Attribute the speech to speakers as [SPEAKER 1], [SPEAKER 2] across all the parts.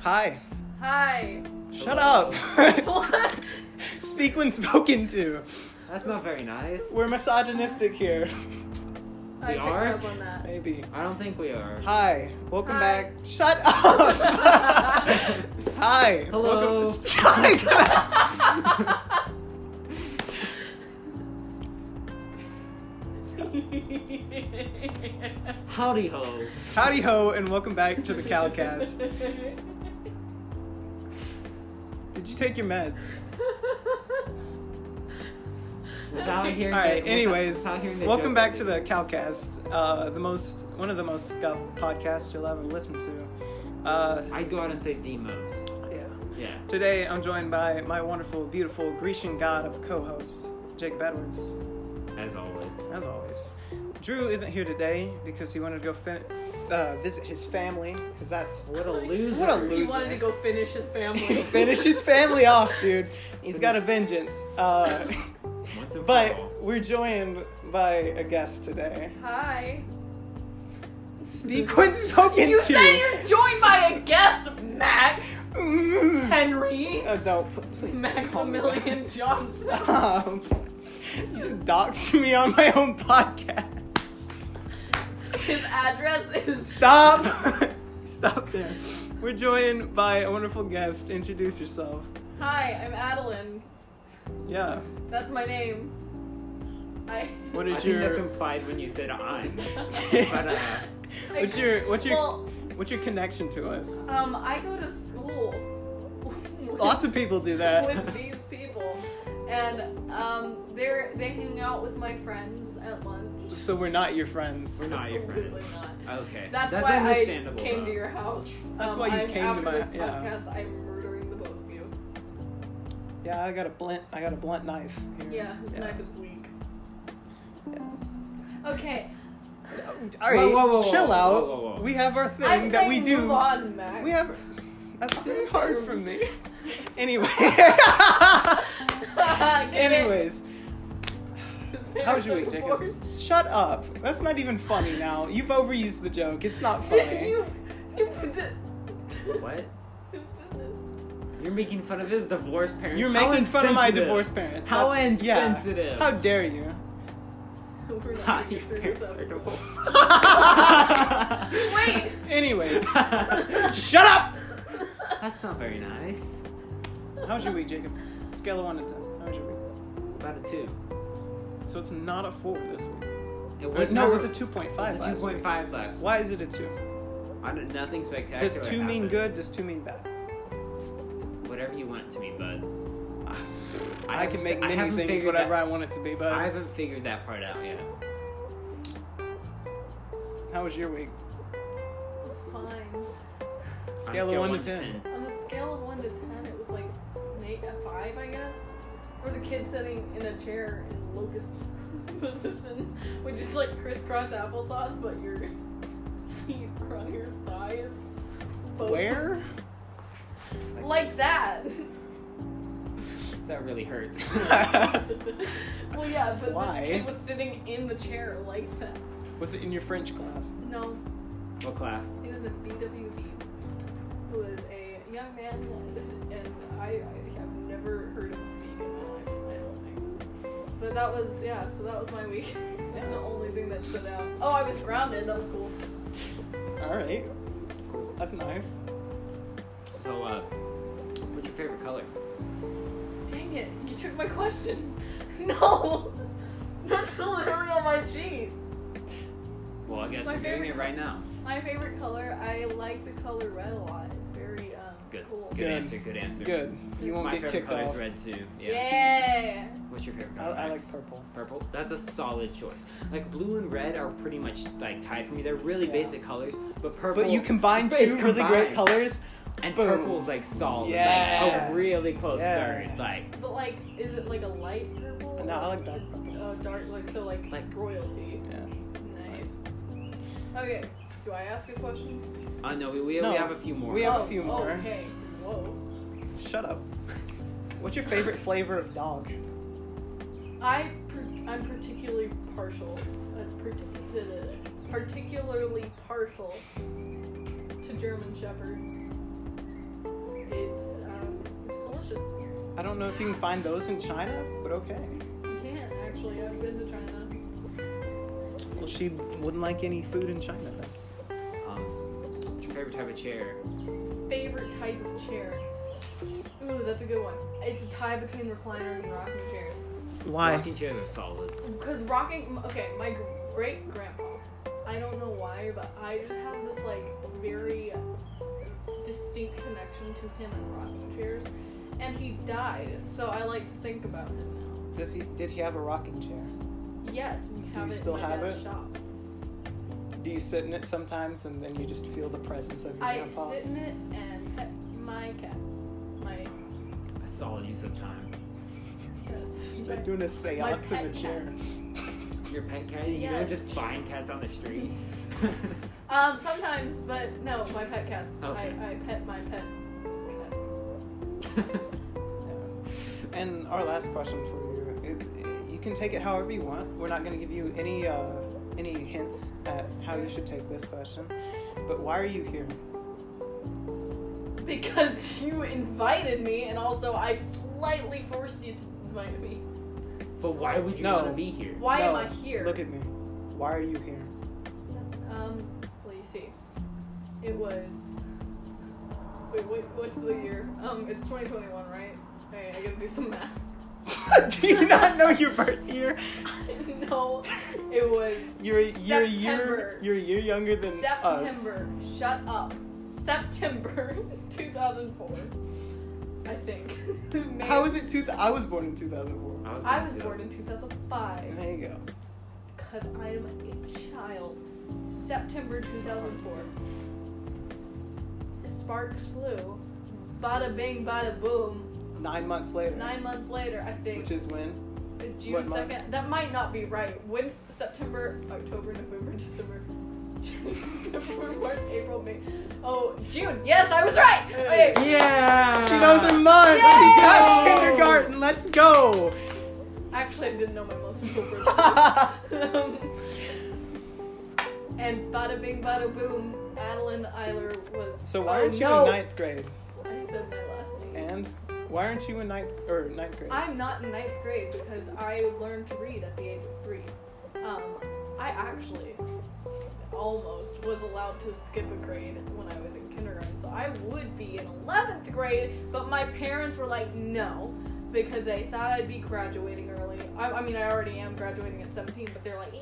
[SPEAKER 1] Hi.
[SPEAKER 2] Hi.
[SPEAKER 1] Shut up.
[SPEAKER 2] What?
[SPEAKER 1] Speak when spoken to.
[SPEAKER 3] That's not very nice.
[SPEAKER 1] We're misogynistic here.
[SPEAKER 2] I picked
[SPEAKER 3] are?
[SPEAKER 2] up on that.
[SPEAKER 1] Maybe.
[SPEAKER 3] I don't think we are.
[SPEAKER 1] Hi. Welcome
[SPEAKER 2] Hi.
[SPEAKER 1] back. Shut up. Hi.
[SPEAKER 3] Hello.
[SPEAKER 1] Welcome- Shut up.
[SPEAKER 3] Howdy ho.
[SPEAKER 1] Howdy ho, and welcome back to the Calcast. Did you take your meds?
[SPEAKER 3] Without hearing
[SPEAKER 1] All right.
[SPEAKER 3] the-
[SPEAKER 1] Anyways,
[SPEAKER 3] without hearing the
[SPEAKER 1] welcome
[SPEAKER 3] joke,
[SPEAKER 1] back
[SPEAKER 3] I
[SPEAKER 1] to the
[SPEAKER 3] did.
[SPEAKER 1] Calcast, uh, the most one of the most scuffed podcasts you'll ever listen to. Uh,
[SPEAKER 3] I'd go out and say the most.
[SPEAKER 1] yeah.
[SPEAKER 3] Yeah.
[SPEAKER 1] Today I'm joined by my wonderful, beautiful Grecian god of a co-host, Jacob Edwards,
[SPEAKER 3] As always.
[SPEAKER 1] as always. Drew isn't here today because he wanted to go fin- uh, visit his family, because that's
[SPEAKER 3] What a loser.
[SPEAKER 1] What a
[SPEAKER 2] he
[SPEAKER 1] loser.
[SPEAKER 2] wanted to go finish his family.
[SPEAKER 1] finish his family off, dude. He's got a vengeance. Uh,
[SPEAKER 3] Once and
[SPEAKER 1] but
[SPEAKER 3] for all.
[SPEAKER 1] we're joined by a guest today.
[SPEAKER 2] Hi.
[SPEAKER 1] Speak when spoken
[SPEAKER 2] You
[SPEAKER 1] to.
[SPEAKER 2] said you're joined by a guest, Max
[SPEAKER 1] Mm.
[SPEAKER 2] Henry,
[SPEAKER 1] Adult, pl- please. don't call me that.
[SPEAKER 2] Maximilian Johnson.
[SPEAKER 1] Stop. You just doxed me on my own podcast.
[SPEAKER 2] His address is
[SPEAKER 1] Stop! Stop there. We're joined by a wonderful guest. Introduce yourself.
[SPEAKER 2] Hi, I'm Adeline.
[SPEAKER 1] Yeah.
[SPEAKER 2] That's my name. I.
[SPEAKER 1] What
[SPEAKER 3] I
[SPEAKER 1] is
[SPEAKER 3] think
[SPEAKER 1] your
[SPEAKER 3] that's implied when you said I'm. but
[SPEAKER 2] Like,
[SPEAKER 3] uh,
[SPEAKER 1] what's your what's your
[SPEAKER 2] Well,
[SPEAKER 1] what's your connection to us?
[SPEAKER 2] um, I go to school. with-
[SPEAKER 1] Lots of people do that.
[SPEAKER 2] with these people, and um, they're they hang out with my friends at lunch.
[SPEAKER 1] So we're not your friends.
[SPEAKER 3] we're not your friend.
[SPEAKER 2] Absolutely not.
[SPEAKER 3] Okay.
[SPEAKER 2] That's,
[SPEAKER 3] That's
[SPEAKER 2] why
[SPEAKER 3] understandable,
[SPEAKER 2] I came to
[SPEAKER 3] though.
[SPEAKER 2] your house.
[SPEAKER 1] That's
[SPEAKER 2] Um,
[SPEAKER 1] why you
[SPEAKER 2] I'm-
[SPEAKER 1] came to
[SPEAKER 2] after
[SPEAKER 1] my-
[SPEAKER 2] this
[SPEAKER 1] yeah.
[SPEAKER 2] podcast. I'm murdering the both of you.
[SPEAKER 1] Yeah, I got a blunt I got a blunt knife. Here.
[SPEAKER 2] Yeah, his knife is weak. Okay,
[SPEAKER 1] All right.
[SPEAKER 3] Whoa, whoa, whoa, whoa,
[SPEAKER 1] chill
[SPEAKER 3] whoa,
[SPEAKER 1] out.
[SPEAKER 3] whoa, whoa.
[SPEAKER 1] We have our thing
[SPEAKER 2] I'm
[SPEAKER 1] that
[SPEAKER 2] saying
[SPEAKER 1] we do.
[SPEAKER 2] move on, Max.
[SPEAKER 1] We have. That's very hard for me. Anyway.
[SPEAKER 2] Get it?
[SPEAKER 1] Anyways,
[SPEAKER 2] His parents
[SPEAKER 1] how was your
[SPEAKER 2] are
[SPEAKER 1] week, Jacob?
[SPEAKER 2] divorced.
[SPEAKER 1] Shut up. That's not even funny now. You've overused the joke. It's not funny.
[SPEAKER 2] you, you did.
[SPEAKER 3] What? You're making fun of his divorced parents.
[SPEAKER 1] You're
[SPEAKER 3] How
[SPEAKER 1] making fun of my
[SPEAKER 3] insensitive.
[SPEAKER 1] divorced parents.
[SPEAKER 3] How
[SPEAKER 1] That's- yeah.
[SPEAKER 3] insensitive.
[SPEAKER 1] How dare you?
[SPEAKER 2] We're not
[SPEAKER 3] Hi,
[SPEAKER 2] gonna
[SPEAKER 3] your
[SPEAKER 2] get through
[SPEAKER 3] parents
[SPEAKER 2] this
[SPEAKER 3] are
[SPEAKER 2] episode.
[SPEAKER 3] divorced.
[SPEAKER 2] Wait.
[SPEAKER 1] Anyways,
[SPEAKER 3] That's
[SPEAKER 1] shut up.
[SPEAKER 3] not very nice.
[SPEAKER 1] How's your week, Jacob? Scale of one to ten. How's your week?
[SPEAKER 3] About a two.
[SPEAKER 1] So it's not a four this week.
[SPEAKER 3] It
[SPEAKER 1] Or, no, it
[SPEAKER 3] never-
[SPEAKER 1] was a two point
[SPEAKER 3] It was
[SPEAKER 1] five.
[SPEAKER 3] a two point five last.
[SPEAKER 1] Why is it a two?
[SPEAKER 3] I don't- nothing spectacular.
[SPEAKER 1] Does two mean
[SPEAKER 3] happened.
[SPEAKER 1] good? Does two mean bad?
[SPEAKER 3] Whatever you want it to mean, bud.
[SPEAKER 1] I,
[SPEAKER 3] haven't
[SPEAKER 1] can make
[SPEAKER 3] fi- I
[SPEAKER 1] many
[SPEAKER 3] haven't
[SPEAKER 1] things
[SPEAKER 3] figured
[SPEAKER 1] whatever
[SPEAKER 3] that-
[SPEAKER 1] I want it to be, but
[SPEAKER 3] I haven't figured that part out yet.
[SPEAKER 1] how was your week?
[SPEAKER 2] It was fine.
[SPEAKER 3] On a
[SPEAKER 1] Scale, of
[SPEAKER 3] scale
[SPEAKER 1] one, to ten.
[SPEAKER 2] On a scale of one to ten, it was like eight, a five, I guess. Or the kid sitting in a chair in locust position, which is like crisscross applesauce, but your feet are on your thighs. Both-
[SPEAKER 1] Where?
[SPEAKER 2] Like that.
[SPEAKER 3] That really hurts.
[SPEAKER 2] well, yeah, but
[SPEAKER 1] Why?
[SPEAKER 2] this kid was sitting in the chair like that.
[SPEAKER 1] was it in your French class?
[SPEAKER 2] No,
[SPEAKER 3] what class?
[SPEAKER 2] He was a BWB, who was a young man, and I, I have never heard him speak in my life. I don't think. But that was yeah. So that was my week. That's the only thing that stood out. Oh, I was grounded. That was cool.
[SPEAKER 1] All right, that's nice.
[SPEAKER 3] So, uh, what's your favorite color?
[SPEAKER 2] Dang it! You took my question. No, that's literally on my sheet.
[SPEAKER 3] Well, I guess
[SPEAKER 2] My
[SPEAKER 3] we're doing
[SPEAKER 2] favorite
[SPEAKER 3] it right now.
[SPEAKER 2] My favorite color. I like the color red a lot. It's very um,
[SPEAKER 3] Good.
[SPEAKER 2] cool.
[SPEAKER 3] Good
[SPEAKER 1] Good.
[SPEAKER 3] answer. Good answer.
[SPEAKER 1] Good. You won't
[SPEAKER 3] My
[SPEAKER 1] get
[SPEAKER 3] favorite
[SPEAKER 1] kicked
[SPEAKER 3] color
[SPEAKER 1] off.
[SPEAKER 3] is red too. Yeah.
[SPEAKER 2] Yeah.
[SPEAKER 3] What's your favorite
[SPEAKER 1] I,
[SPEAKER 3] color?
[SPEAKER 1] I
[SPEAKER 3] Max?
[SPEAKER 1] like purple.
[SPEAKER 3] Purple. That's a solid choice. Like blue and red are pretty much like tied for me. They're really
[SPEAKER 1] Yeah.
[SPEAKER 3] basic colors, but purple.
[SPEAKER 1] But you combine two
[SPEAKER 3] But it's
[SPEAKER 1] really great
[SPEAKER 3] combined.
[SPEAKER 1] colors.
[SPEAKER 3] and
[SPEAKER 1] boom.
[SPEAKER 3] purple's like solid.
[SPEAKER 1] Yeah.
[SPEAKER 3] Like, a really close
[SPEAKER 1] Yeah.
[SPEAKER 3] third. Like
[SPEAKER 2] But like, is it like a light purple?
[SPEAKER 1] No, I like dark purple.
[SPEAKER 2] Oh, dark, like so, like
[SPEAKER 3] Like-
[SPEAKER 2] royalty.
[SPEAKER 1] Yeah.
[SPEAKER 2] Nice. Okay, do I ask a question?
[SPEAKER 3] uh, no, we we,
[SPEAKER 1] No.
[SPEAKER 3] we have a few more.
[SPEAKER 1] We have a
[SPEAKER 2] Oh,
[SPEAKER 1] few more.
[SPEAKER 2] Okay. Whoa.
[SPEAKER 1] Shut up. What's your favorite flavor of dog?
[SPEAKER 2] I per- I'm particularly partial, uh, partic- particularly partial to German Shepherd. It's um, it's delicious here.
[SPEAKER 1] I don't know if you can find those in China, but okay.
[SPEAKER 2] You can't actually. I've been to China.
[SPEAKER 1] Well, she wouldn't like any food in China then.
[SPEAKER 3] Um, what's your favorite type of chair?
[SPEAKER 2] Favorite type of chair. Ooh, that's a good one. It's a tie between recliners and rocking chairs.
[SPEAKER 1] Why?
[SPEAKER 3] Rocking chairs are solid.
[SPEAKER 2] Because rocking, okay, my great grandpa, I don't know why, but I just have this like very distinct connection to him and rocking chairs. And he died, so I like to think about him
[SPEAKER 1] Does he? Did he have a rocking chair?
[SPEAKER 2] now. Yes, we have
[SPEAKER 1] you
[SPEAKER 2] it
[SPEAKER 1] still
[SPEAKER 2] in my
[SPEAKER 1] have
[SPEAKER 2] dad's
[SPEAKER 1] it?
[SPEAKER 2] shop.
[SPEAKER 1] Do you sit in it sometimes, and then you just feel the presence of your
[SPEAKER 2] I
[SPEAKER 1] grandpa?
[SPEAKER 2] sit in it and pet my cats. My,
[SPEAKER 3] A solid use of time.
[SPEAKER 2] yes.
[SPEAKER 1] Start
[SPEAKER 2] my-
[SPEAKER 1] doing a seance in
[SPEAKER 2] pet
[SPEAKER 1] the chair.
[SPEAKER 3] Your pet cat? You
[SPEAKER 2] Yeah.
[SPEAKER 3] don't just find cats on the street.
[SPEAKER 2] Um, sometimes, but no, my pet cats.
[SPEAKER 1] Oh.
[SPEAKER 3] Okay.
[SPEAKER 2] I, I pet my pet. cat.
[SPEAKER 1] Yeah. And our last question for you: it, you can take it however you want. We're not going to give you any uh, any hints at how you should take this question. But why are you here?
[SPEAKER 2] Because you invited me, and also I slightly forced you to invite me.
[SPEAKER 3] but why would you
[SPEAKER 1] No.
[SPEAKER 3] want to be here?
[SPEAKER 2] Why am
[SPEAKER 1] No,
[SPEAKER 2] I here?
[SPEAKER 1] Look at me. Why are you here?
[SPEAKER 2] Um, well, you see, it was. Wait, wait, what's the year? Um, it's 2021, right? Hey, I gotta do some math.
[SPEAKER 1] Do you not know your birth year?
[SPEAKER 2] no, it was
[SPEAKER 1] You're you're a year
[SPEAKER 2] September.
[SPEAKER 1] you're a year younger than us.
[SPEAKER 2] September. Shut up. September 2004. I think. May-
[SPEAKER 1] How is it? Two th- I was born in 2004.
[SPEAKER 2] I was born in 2005.
[SPEAKER 1] There you go.
[SPEAKER 2] Because I am a child. September 2004. Sparks flew. Bada bing, bada boom.
[SPEAKER 1] Nine months later,
[SPEAKER 2] Nine months later, I think.
[SPEAKER 1] which is when what
[SPEAKER 2] June
[SPEAKER 1] month?
[SPEAKER 2] 2nd. That might not be right. When's September, October, November, December? January, February, March, April, May. Oh, June. Yes, I was right.
[SPEAKER 1] Hey.
[SPEAKER 2] Okay.
[SPEAKER 3] Yeah!
[SPEAKER 1] she knows her month.
[SPEAKER 2] Yay!
[SPEAKER 1] She got kindergarten. Let's go.
[SPEAKER 2] Actually, I didn't know my months until birth. Um, and bada bing, bada boom. Adeline Eiler was.
[SPEAKER 1] so why
[SPEAKER 2] oh,
[SPEAKER 1] aren't you
[SPEAKER 2] no.
[SPEAKER 1] in ninth grade?
[SPEAKER 2] I said my last name.
[SPEAKER 1] And why aren't you in ninth or ninth grade?
[SPEAKER 2] I'm not in ninth grade because I learned to read at the age of three. Um, I actually almost was allowed to skip a grade when I was in kindergarten, so I would be in 11th grade, but my parents were like, no, because they thought I'd be graduating early. I, I mean, I already am graduating at 17, but they're like,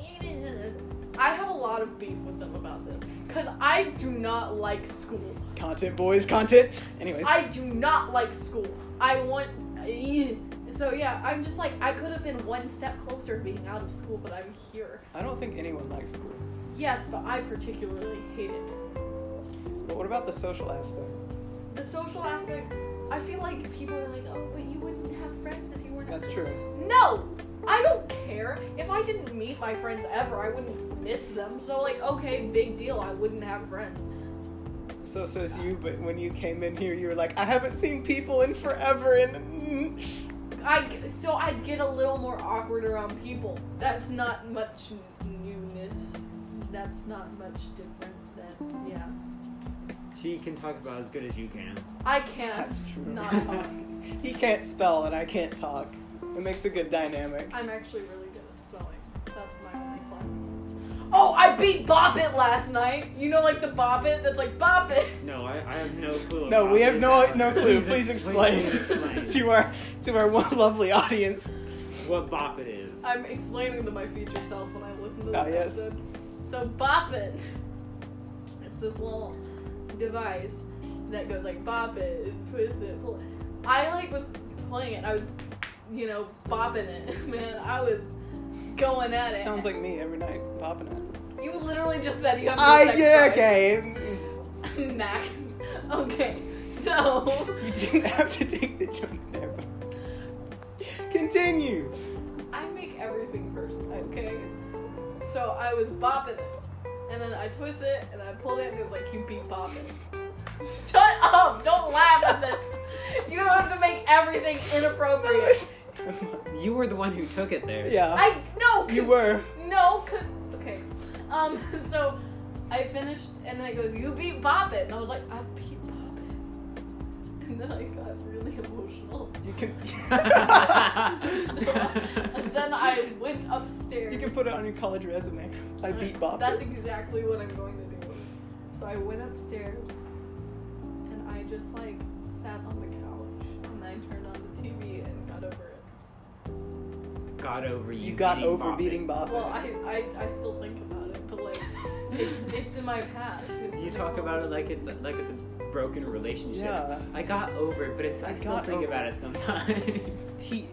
[SPEAKER 2] I have a lot of beef with them about this because I do not like school.
[SPEAKER 1] content boys, content. Anyways,
[SPEAKER 2] I do not like school. I want. eh. So yeah, I'm just like I could have been one step closer to being out of school, but I'm here.
[SPEAKER 1] I don't think anyone likes school.
[SPEAKER 2] Yes, but I particularly hate it.
[SPEAKER 1] But what about the social aspect?
[SPEAKER 2] The social aspect. I feel like people are like, oh, but you wouldn't have friends if you weren't. at
[SPEAKER 1] That's
[SPEAKER 2] school."
[SPEAKER 1] true.
[SPEAKER 2] No, I don't care. If I didn't meet my friends ever, I wouldn't miss them. So like, okay, big deal. I wouldn't have friends.
[SPEAKER 1] So says you. But when you came in here, you were like, I haven't seen people in forever, and
[SPEAKER 2] I so I'd get a little more awkward around people. That's not much n- newness. That's not much different. That's yeah.
[SPEAKER 3] She can talk about as good as you can.
[SPEAKER 2] I can't
[SPEAKER 1] that's true.
[SPEAKER 2] not talk.
[SPEAKER 1] he can't spell, and I can't talk. It makes a good dynamic.
[SPEAKER 2] I'm actually really good at spelling. That's my only class. Oh, I beat Bop It last night. You know, like the Bop It that's like Bop It.
[SPEAKER 3] No, I, I have no clue.
[SPEAKER 1] No,
[SPEAKER 3] about
[SPEAKER 1] we have
[SPEAKER 3] this.
[SPEAKER 1] no no clue. Please
[SPEAKER 3] explain-
[SPEAKER 1] explain to our to our one lovely audience.
[SPEAKER 3] what bop it is.
[SPEAKER 2] I'm explaining to my future self when I listen to this
[SPEAKER 1] Ah, yes.
[SPEAKER 2] episode. So bop it. It's this little device that goes like bop it, and twist it, pull it. I like was playing it. I was, you know, bopping it. Man, I was going at it.
[SPEAKER 1] Sounds like me every night popping it.
[SPEAKER 2] you literally just said you have. no
[SPEAKER 1] I
[SPEAKER 2] sex
[SPEAKER 1] yeah
[SPEAKER 2] drive.
[SPEAKER 1] okay.
[SPEAKER 2] Max. Okay. So.
[SPEAKER 1] You didn't have to take the jump there. But continue.
[SPEAKER 2] I make everything personal,
[SPEAKER 1] I-
[SPEAKER 2] okay? So I was bopping it, and then I twist it, and I pulled it, and it was like, you beat bopping. Shut up! Don't laugh at this! You have to make everything inappropriate.
[SPEAKER 3] You were the one who took it there.
[SPEAKER 1] yeah.
[SPEAKER 2] I, no! 'cause-
[SPEAKER 1] you were.
[SPEAKER 2] No, cause, okay. Um, so I finished, and then it goes, you beat bopping. And I was like, I beat bopping. and then I got really emotional.
[SPEAKER 1] You can.
[SPEAKER 2] and then I went upstairs.
[SPEAKER 1] you can put it on your college resume. I
[SPEAKER 2] And
[SPEAKER 1] beat Bob.
[SPEAKER 2] That's exactly what I'm going to do. So I went upstairs and I just like sat on the couch and I turned on the TV and got over it.
[SPEAKER 3] got over you.
[SPEAKER 1] you got
[SPEAKER 3] beating
[SPEAKER 1] over
[SPEAKER 3] Bobbit.
[SPEAKER 1] beating Bob.
[SPEAKER 2] Well, I, I, I still think about it, but like it's, it's in my past. It's
[SPEAKER 3] You
[SPEAKER 2] in
[SPEAKER 3] talk
[SPEAKER 2] my
[SPEAKER 3] about it
[SPEAKER 2] past.
[SPEAKER 3] like it's like it's a broken relationship.
[SPEAKER 1] Yeah.
[SPEAKER 3] I got over it, but it's, I,
[SPEAKER 1] I
[SPEAKER 3] still
[SPEAKER 1] got
[SPEAKER 3] think
[SPEAKER 1] over
[SPEAKER 3] about
[SPEAKER 1] it.
[SPEAKER 3] it sometimes.
[SPEAKER 1] he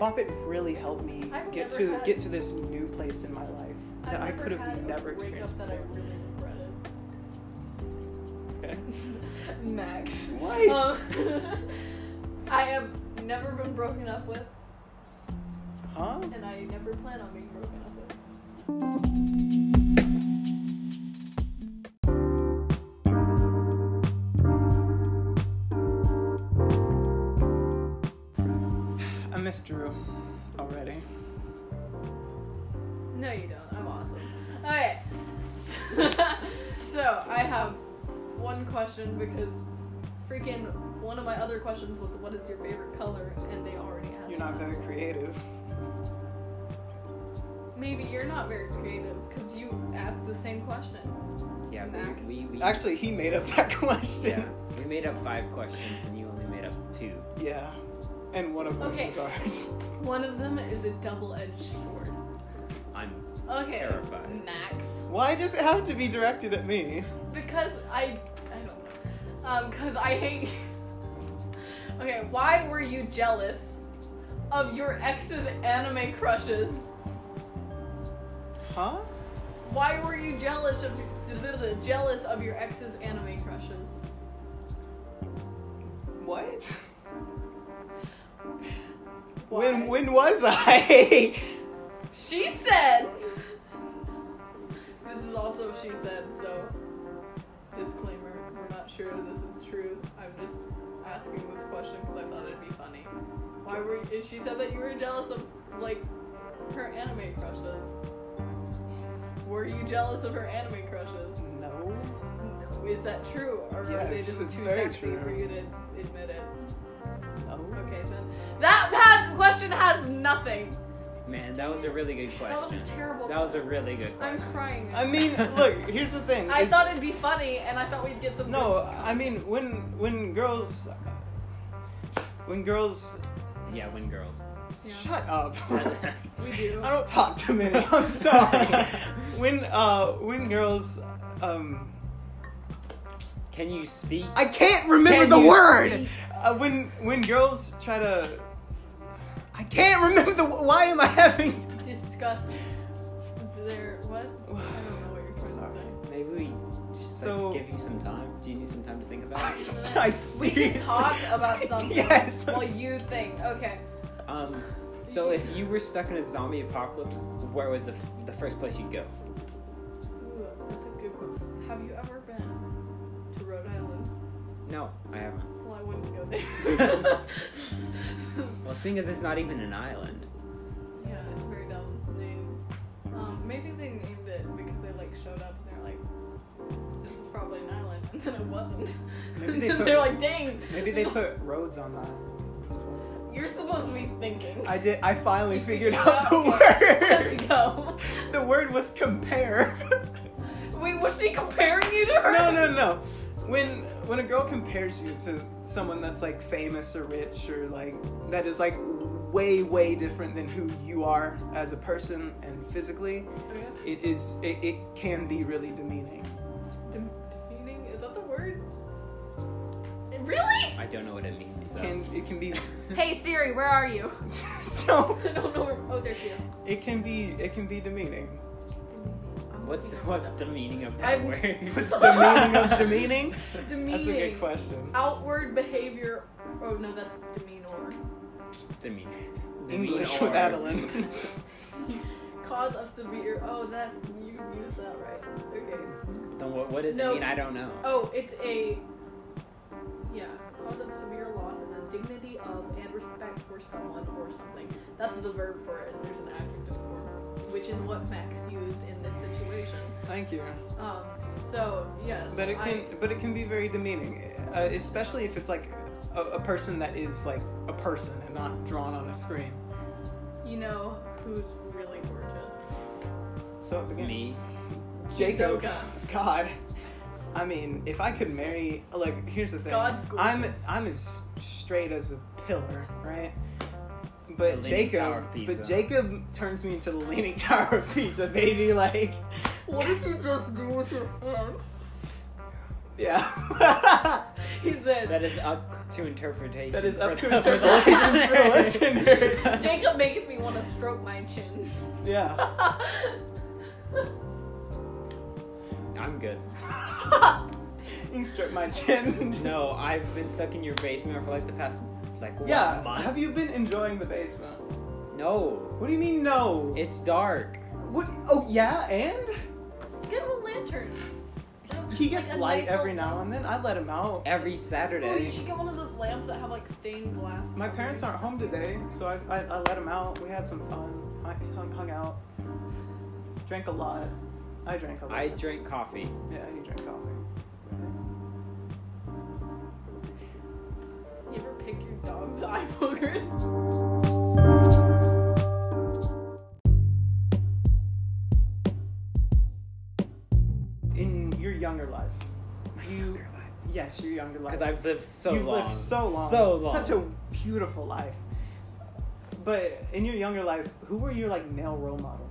[SPEAKER 1] Boppet really helped me
[SPEAKER 2] I've
[SPEAKER 1] get
[SPEAKER 2] never
[SPEAKER 1] to
[SPEAKER 2] had-
[SPEAKER 1] get to this new place in my life
[SPEAKER 2] I've
[SPEAKER 1] that I
[SPEAKER 2] never
[SPEAKER 1] could
[SPEAKER 2] had
[SPEAKER 1] have
[SPEAKER 2] a
[SPEAKER 1] never
[SPEAKER 2] breakup
[SPEAKER 1] experienced
[SPEAKER 2] that I
[SPEAKER 1] before.
[SPEAKER 2] really regretted.
[SPEAKER 1] Okay.
[SPEAKER 2] Max.
[SPEAKER 1] What?
[SPEAKER 2] Um, I have never been broken up with,
[SPEAKER 1] Huh?
[SPEAKER 2] and I never plan on being broken up with.
[SPEAKER 1] I miss Drew already.
[SPEAKER 2] No, you don't. I'm awesome. Okay. so I have one question because freaking one of my other questions was what is your favorite color, and they already asked.
[SPEAKER 1] You're not very creative.
[SPEAKER 2] Maybe you're not very creative because you asked the same question.
[SPEAKER 3] yeah,
[SPEAKER 2] Max.
[SPEAKER 3] we, we, we
[SPEAKER 1] Actually, he made up that
[SPEAKER 3] yeah,
[SPEAKER 1] question.
[SPEAKER 3] we made up five questions and you only made up two.
[SPEAKER 1] Yeah. And one of them
[SPEAKER 2] Okay.
[SPEAKER 1] was ours.
[SPEAKER 2] One of them is a double-edged sword.
[SPEAKER 3] I'm
[SPEAKER 2] Okay.
[SPEAKER 3] Terrified.
[SPEAKER 2] Max.
[SPEAKER 1] Why does it have to be directed at me?
[SPEAKER 2] Because I, I don't know. Um, cause I hate. okay, why were you jealous of your ex's anime crushes?
[SPEAKER 1] Huh?
[SPEAKER 2] Why were you jealous of jealous of your ex's anime crushes?
[SPEAKER 1] What?
[SPEAKER 2] Why?
[SPEAKER 1] When when was I?
[SPEAKER 2] She said. This is also she said. So, disclaimer: we're not sure this is true. I'm just asking this question because I thought it'd be funny. Why were you, she said that you were jealous of like her anime crushes? Were you jealous of her anime crushes?
[SPEAKER 1] no.
[SPEAKER 2] Is that true, or are they
[SPEAKER 1] Yes,
[SPEAKER 2] just
[SPEAKER 1] it's
[SPEAKER 2] too
[SPEAKER 1] very
[SPEAKER 2] sexy
[SPEAKER 1] true.
[SPEAKER 2] for you to admit it?
[SPEAKER 1] No.
[SPEAKER 2] Okay, then that that question has nothing.
[SPEAKER 3] man, that was a really good question.
[SPEAKER 2] That was a terrible.
[SPEAKER 3] That was a really good
[SPEAKER 2] I'm
[SPEAKER 3] question.
[SPEAKER 2] crying.
[SPEAKER 1] I mean, look, here's the thing.
[SPEAKER 2] I
[SPEAKER 1] is-
[SPEAKER 2] thought it'd be funny, and I thought we'd get some.
[SPEAKER 1] No, I mean when when girls when girls
[SPEAKER 3] yeah, when girls.
[SPEAKER 2] Yeah.
[SPEAKER 1] shut up.
[SPEAKER 2] we do.
[SPEAKER 1] I don't talk to men. I'm sorry. when uh when girls um
[SPEAKER 3] Can you speak?
[SPEAKER 1] I can't remember
[SPEAKER 3] Can
[SPEAKER 1] the
[SPEAKER 3] you
[SPEAKER 1] word.
[SPEAKER 3] speak?
[SPEAKER 1] Uh, when when girls try to I can't remember the why am I having
[SPEAKER 2] discuss their what? I don't know what you're trying
[SPEAKER 1] Sorry.
[SPEAKER 3] Maybe we just
[SPEAKER 1] So-
[SPEAKER 3] like, give you some time. Do you need some time to think about
[SPEAKER 1] I
[SPEAKER 3] it?
[SPEAKER 2] We
[SPEAKER 1] seriously
[SPEAKER 2] can talk about something
[SPEAKER 1] Yes.
[SPEAKER 2] while you think. Okay.
[SPEAKER 3] Um, so if you were stuck in a zombie apocalypse, where would the the first place you'd go?
[SPEAKER 2] Ooh, that's a good one. Have you ever been to Rhode Island?
[SPEAKER 3] No, I haven't.
[SPEAKER 2] Well, I wouldn't go there.
[SPEAKER 3] Well, seeing as it's not even an island.
[SPEAKER 2] yeah, it's a very dumb name. Um, maybe they named it because they like showed up and they're like, this is probably an island, and then it wasn't.
[SPEAKER 1] Maybe
[SPEAKER 2] and
[SPEAKER 1] they
[SPEAKER 2] then
[SPEAKER 1] put-
[SPEAKER 2] they're like, dang.
[SPEAKER 1] Maybe they put roads on that.
[SPEAKER 2] You're supposed to be thinking.
[SPEAKER 1] I did. I finally
[SPEAKER 2] You
[SPEAKER 1] figured
[SPEAKER 2] figured
[SPEAKER 1] out
[SPEAKER 2] it
[SPEAKER 1] the
[SPEAKER 2] out? Okay. Let's
[SPEAKER 1] word.
[SPEAKER 2] go.
[SPEAKER 1] The word was compare.
[SPEAKER 2] Wait, was she comparing you to her?
[SPEAKER 1] no, no, no. When when a girl compares you to someone that's like famous or rich or like that is like way way different than who you are as a person and physically,
[SPEAKER 2] Okay.
[SPEAKER 1] it is it, it can be really demeaning.
[SPEAKER 2] Demeaning? Is that the word? Really?
[SPEAKER 3] I don't know what it means. So.
[SPEAKER 1] Can it can be
[SPEAKER 2] Hey Siri, where are you?
[SPEAKER 1] so
[SPEAKER 2] I don't know where. Oh, there she is.
[SPEAKER 1] it can be it can be demeaning.
[SPEAKER 3] what's what's the meaning of that
[SPEAKER 2] I'm-
[SPEAKER 3] word?
[SPEAKER 1] What's the meaning of demeaning?
[SPEAKER 2] demeaning?
[SPEAKER 1] That's a good question.
[SPEAKER 2] Outward behavior. Oh no, that's demeanor.
[SPEAKER 3] Demeanor.
[SPEAKER 1] English
[SPEAKER 3] Demeanor.
[SPEAKER 1] with Adeline.
[SPEAKER 2] Cause of severe. Oh, that you used that right. Okay.
[SPEAKER 3] Then what, what does
[SPEAKER 2] No.
[SPEAKER 3] it mean? I don't know.
[SPEAKER 2] Oh, it's a yeah, cause of severe loss and the dignity of and respect for someone or something. That's the verb for it. There's an adjective form, which is what Max used in this situation.
[SPEAKER 1] I Thank you.
[SPEAKER 2] Um, so yes,
[SPEAKER 1] But it
[SPEAKER 2] I-
[SPEAKER 1] can, but it can be very demeaning, uh, especially if it's like a, a person that is like a person and not drawn on a screen.
[SPEAKER 2] you know who's really gorgeous?
[SPEAKER 1] So it begins.
[SPEAKER 3] Me.
[SPEAKER 1] Jacob.
[SPEAKER 2] Hisoka.
[SPEAKER 1] God. I mean, if I could marry, like, here's the thing.
[SPEAKER 2] God's gorgeous.
[SPEAKER 1] I'm I'm as straight as a pillar, right? But
[SPEAKER 3] The Leaning Tower
[SPEAKER 1] Jacob,
[SPEAKER 3] of
[SPEAKER 1] but
[SPEAKER 3] Pisa.
[SPEAKER 1] Jacob turns me into the leaning tower of Pisa, baby. Like,
[SPEAKER 2] What did you just do with your hand?
[SPEAKER 1] yeah.
[SPEAKER 2] He said.
[SPEAKER 3] That is up to interpretation.
[SPEAKER 1] That is up
[SPEAKER 3] for
[SPEAKER 1] to
[SPEAKER 3] the- for the
[SPEAKER 1] interpretation for the listeners.
[SPEAKER 2] Jacob makes me want to stroke my chin.
[SPEAKER 1] yeah.
[SPEAKER 3] I'm good.
[SPEAKER 1] you can stroke my chin. Just-
[SPEAKER 3] No, I've been stuck in your basement for like the past like
[SPEAKER 1] Yeah.
[SPEAKER 3] one month.
[SPEAKER 1] Have you been enjoying the basement?
[SPEAKER 3] No,
[SPEAKER 1] What do you mean no?
[SPEAKER 3] it's dark.
[SPEAKER 1] what? Oh yeah, and.
[SPEAKER 2] Get him a lantern.
[SPEAKER 1] He gets
[SPEAKER 2] Like a
[SPEAKER 1] light
[SPEAKER 2] nice
[SPEAKER 1] every
[SPEAKER 2] little-
[SPEAKER 1] now and then. I let him out.
[SPEAKER 3] Every
[SPEAKER 2] Oh, you
[SPEAKER 3] Saturday.
[SPEAKER 2] should get one of those lamps that have like stained glass.
[SPEAKER 1] My parents aren't home today, so I, I, I let him out. We had some fun. I hung, hung out. Drank a lot. I drank a lot.
[SPEAKER 3] I drink coffee.
[SPEAKER 1] yeah, you drank coffee.
[SPEAKER 2] You ever pick your dog's eye boogers?
[SPEAKER 1] In your younger life, you yes, your younger life.
[SPEAKER 3] Because I've lived so
[SPEAKER 1] You've
[SPEAKER 3] long.
[SPEAKER 1] lived so long.
[SPEAKER 3] So long.
[SPEAKER 1] Such a beautiful life. But in your younger life, who were your like male role models?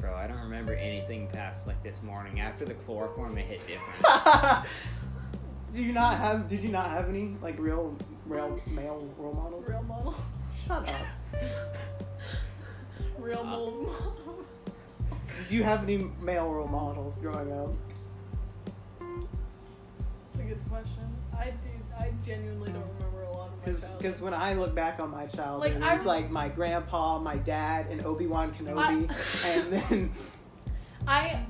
[SPEAKER 3] Bro, I don't remember anything past like this morning. After the chloroform, it hit different.
[SPEAKER 1] Do you not have? Did you not have any like real, real male role models?
[SPEAKER 2] Real model.
[SPEAKER 1] Shut up.
[SPEAKER 2] Real mold
[SPEAKER 1] Did you have any male role models growing up?
[SPEAKER 2] That's a good question. I do. I genuinely don't remember a lot of my childhood.
[SPEAKER 1] Because when I look back on my childhood,
[SPEAKER 2] Like,
[SPEAKER 1] it was
[SPEAKER 2] I-
[SPEAKER 1] like my grandpa, my dad, and Obi Wan Kenobi,
[SPEAKER 2] I-
[SPEAKER 1] and then
[SPEAKER 2] I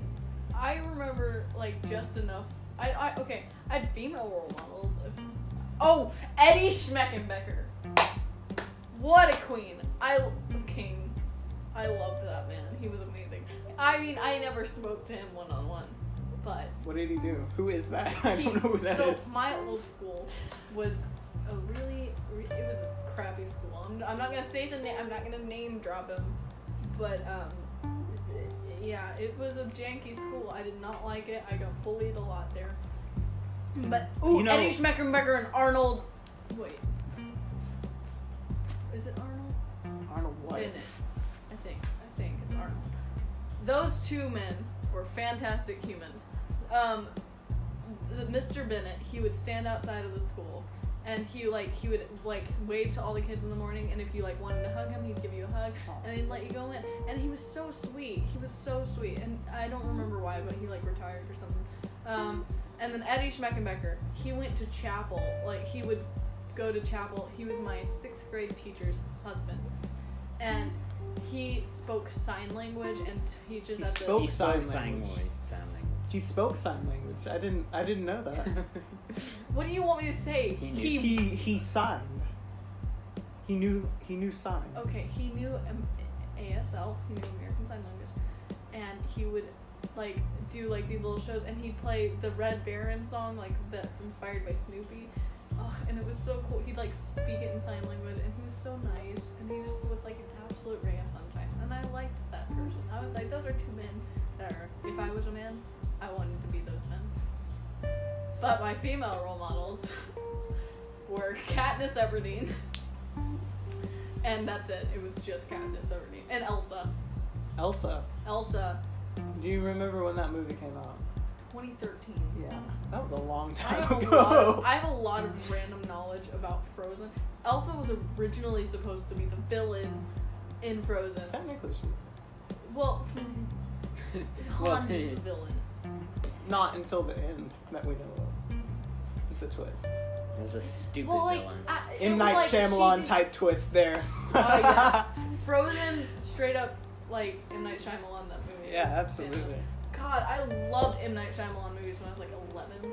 [SPEAKER 2] I remember like just enough. I, I okay. I had female role models. Of, oh, Eddie Schmeckenbecker. What a queen! I king. I loved that man. He was amazing. I mean, I never spoke to him one on one, but
[SPEAKER 1] what did he do? Who is that? I
[SPEAKER 2] he-
[SPEAKER 1] don't know who that is.
[SPEAKER 2] so my old school was a really, re- it was a crappy school. I'm, I'm not gonna say the name. I'm not gonna name drop him, but um, it- yeah, it was a janky school. I did not like it. I got bullied a lot there. But ooh,
[SPEAKER 1] Mm. You know-
[SPEAKER 2] Eddie Schmeckenbecker and Arnold. Wait, is it Arnold?
[SPEAKER 1] Arnold what?
[SPEAKER 2] in it. I think. I think it's Arnold. Those two men were fantastic humans. Um, the, Mr. Bennett, he would stand outside of the school, and he like he would like wave to all the kids in the morning, and if you like wanted to hug him, he'd give you a hug, and he'd let you go in. And he was so sweet. He was so sweet, and I don't remember why, but he like retired or something. Um, and then Eddie Schmeckenbecker, he went to chapel. Like he would go to chapel. He was my sixth grade teacher's husband, and he spoke sign language and teaches
[SPEAKER 1] He
[SPEAKER 2] at the
[SPEAKER 1] spoke
[SPEAKER 3] He spoke
[SPEAKER 1] Sign
[SPEAKER 3] sign
[SPEAKER 1] language.
[SPEAKER 3] language. Sign language.
[SPEAKER 1] He spoke sign language. I didn't. I didn't know that.
[SPEAKER 2] What do you want me to say?
[SPEAKER 3] He knew.
[SPEAKER 1] he he signed. He knew he knew sign.
[SPEAKER 2] okay. He knew um, ASL. He knew American Sign Language, and he would like do like these little shows, and he'd play the Red Baron song like that's inspired by Snoopy. Oh, and it was so cool. He'd like speak it in sign language, and he was so nice, and he just was like an absolute ray of sunshine. And I liked that person. I was like, those are two men that are. If I was a man, I wanted to be those men. But my female role models were Katniss Everdeen. And that's it. It was just Katniss Everdeen. And Elsa.
[SPEAKER 1] Elsa.
[SPEAKER 2] Elsa,
[SPEAKER 1] Do you remember when that movie came out?
[SPEAKER 2] 2013.
[SPEAKER 1] Yeah, that was a long
[SPEAKER 2] I
[SPEAKER 1] time
[SPEAKER 2] have, a
[SPEAKER 1] ago.
[SPEAKER 2] lot of, I have a lot of random knowledge about Frozen. Elsa was originally supposed to be the villain in Frozen.
[SPEAKER 1] Technically, she's
[SPEAKER 2] Well,
[SPEAKER 3] Well,
[SPEAKER 2] Hans is the villain.
[SPEAKER 1] not until the end that we know of. It's a twist.
[SPEAKER 3] It was a stupid
[SPEAKER 2] Well, like,
[SPEAKER 3] villain.
[SPEAKER 2] I, it
[SPEAKER 1] M
[SPEAKER 2] was
[SPEAKER 1] Night
[SPEAKER 2] like she
[SPEAKER 1] Shyamalan
[SPEAKER 2] did-
[SPEAKER 1] type twist there.
[SPEAKER 2] Oh, yes. Frozen's straight up like M Night Shyamalan that movie.
[SPEAKER 1] yeah, absolutely.
[SPEAKER 2] God, I loved M Night Shyamalan movies when I was like eleven.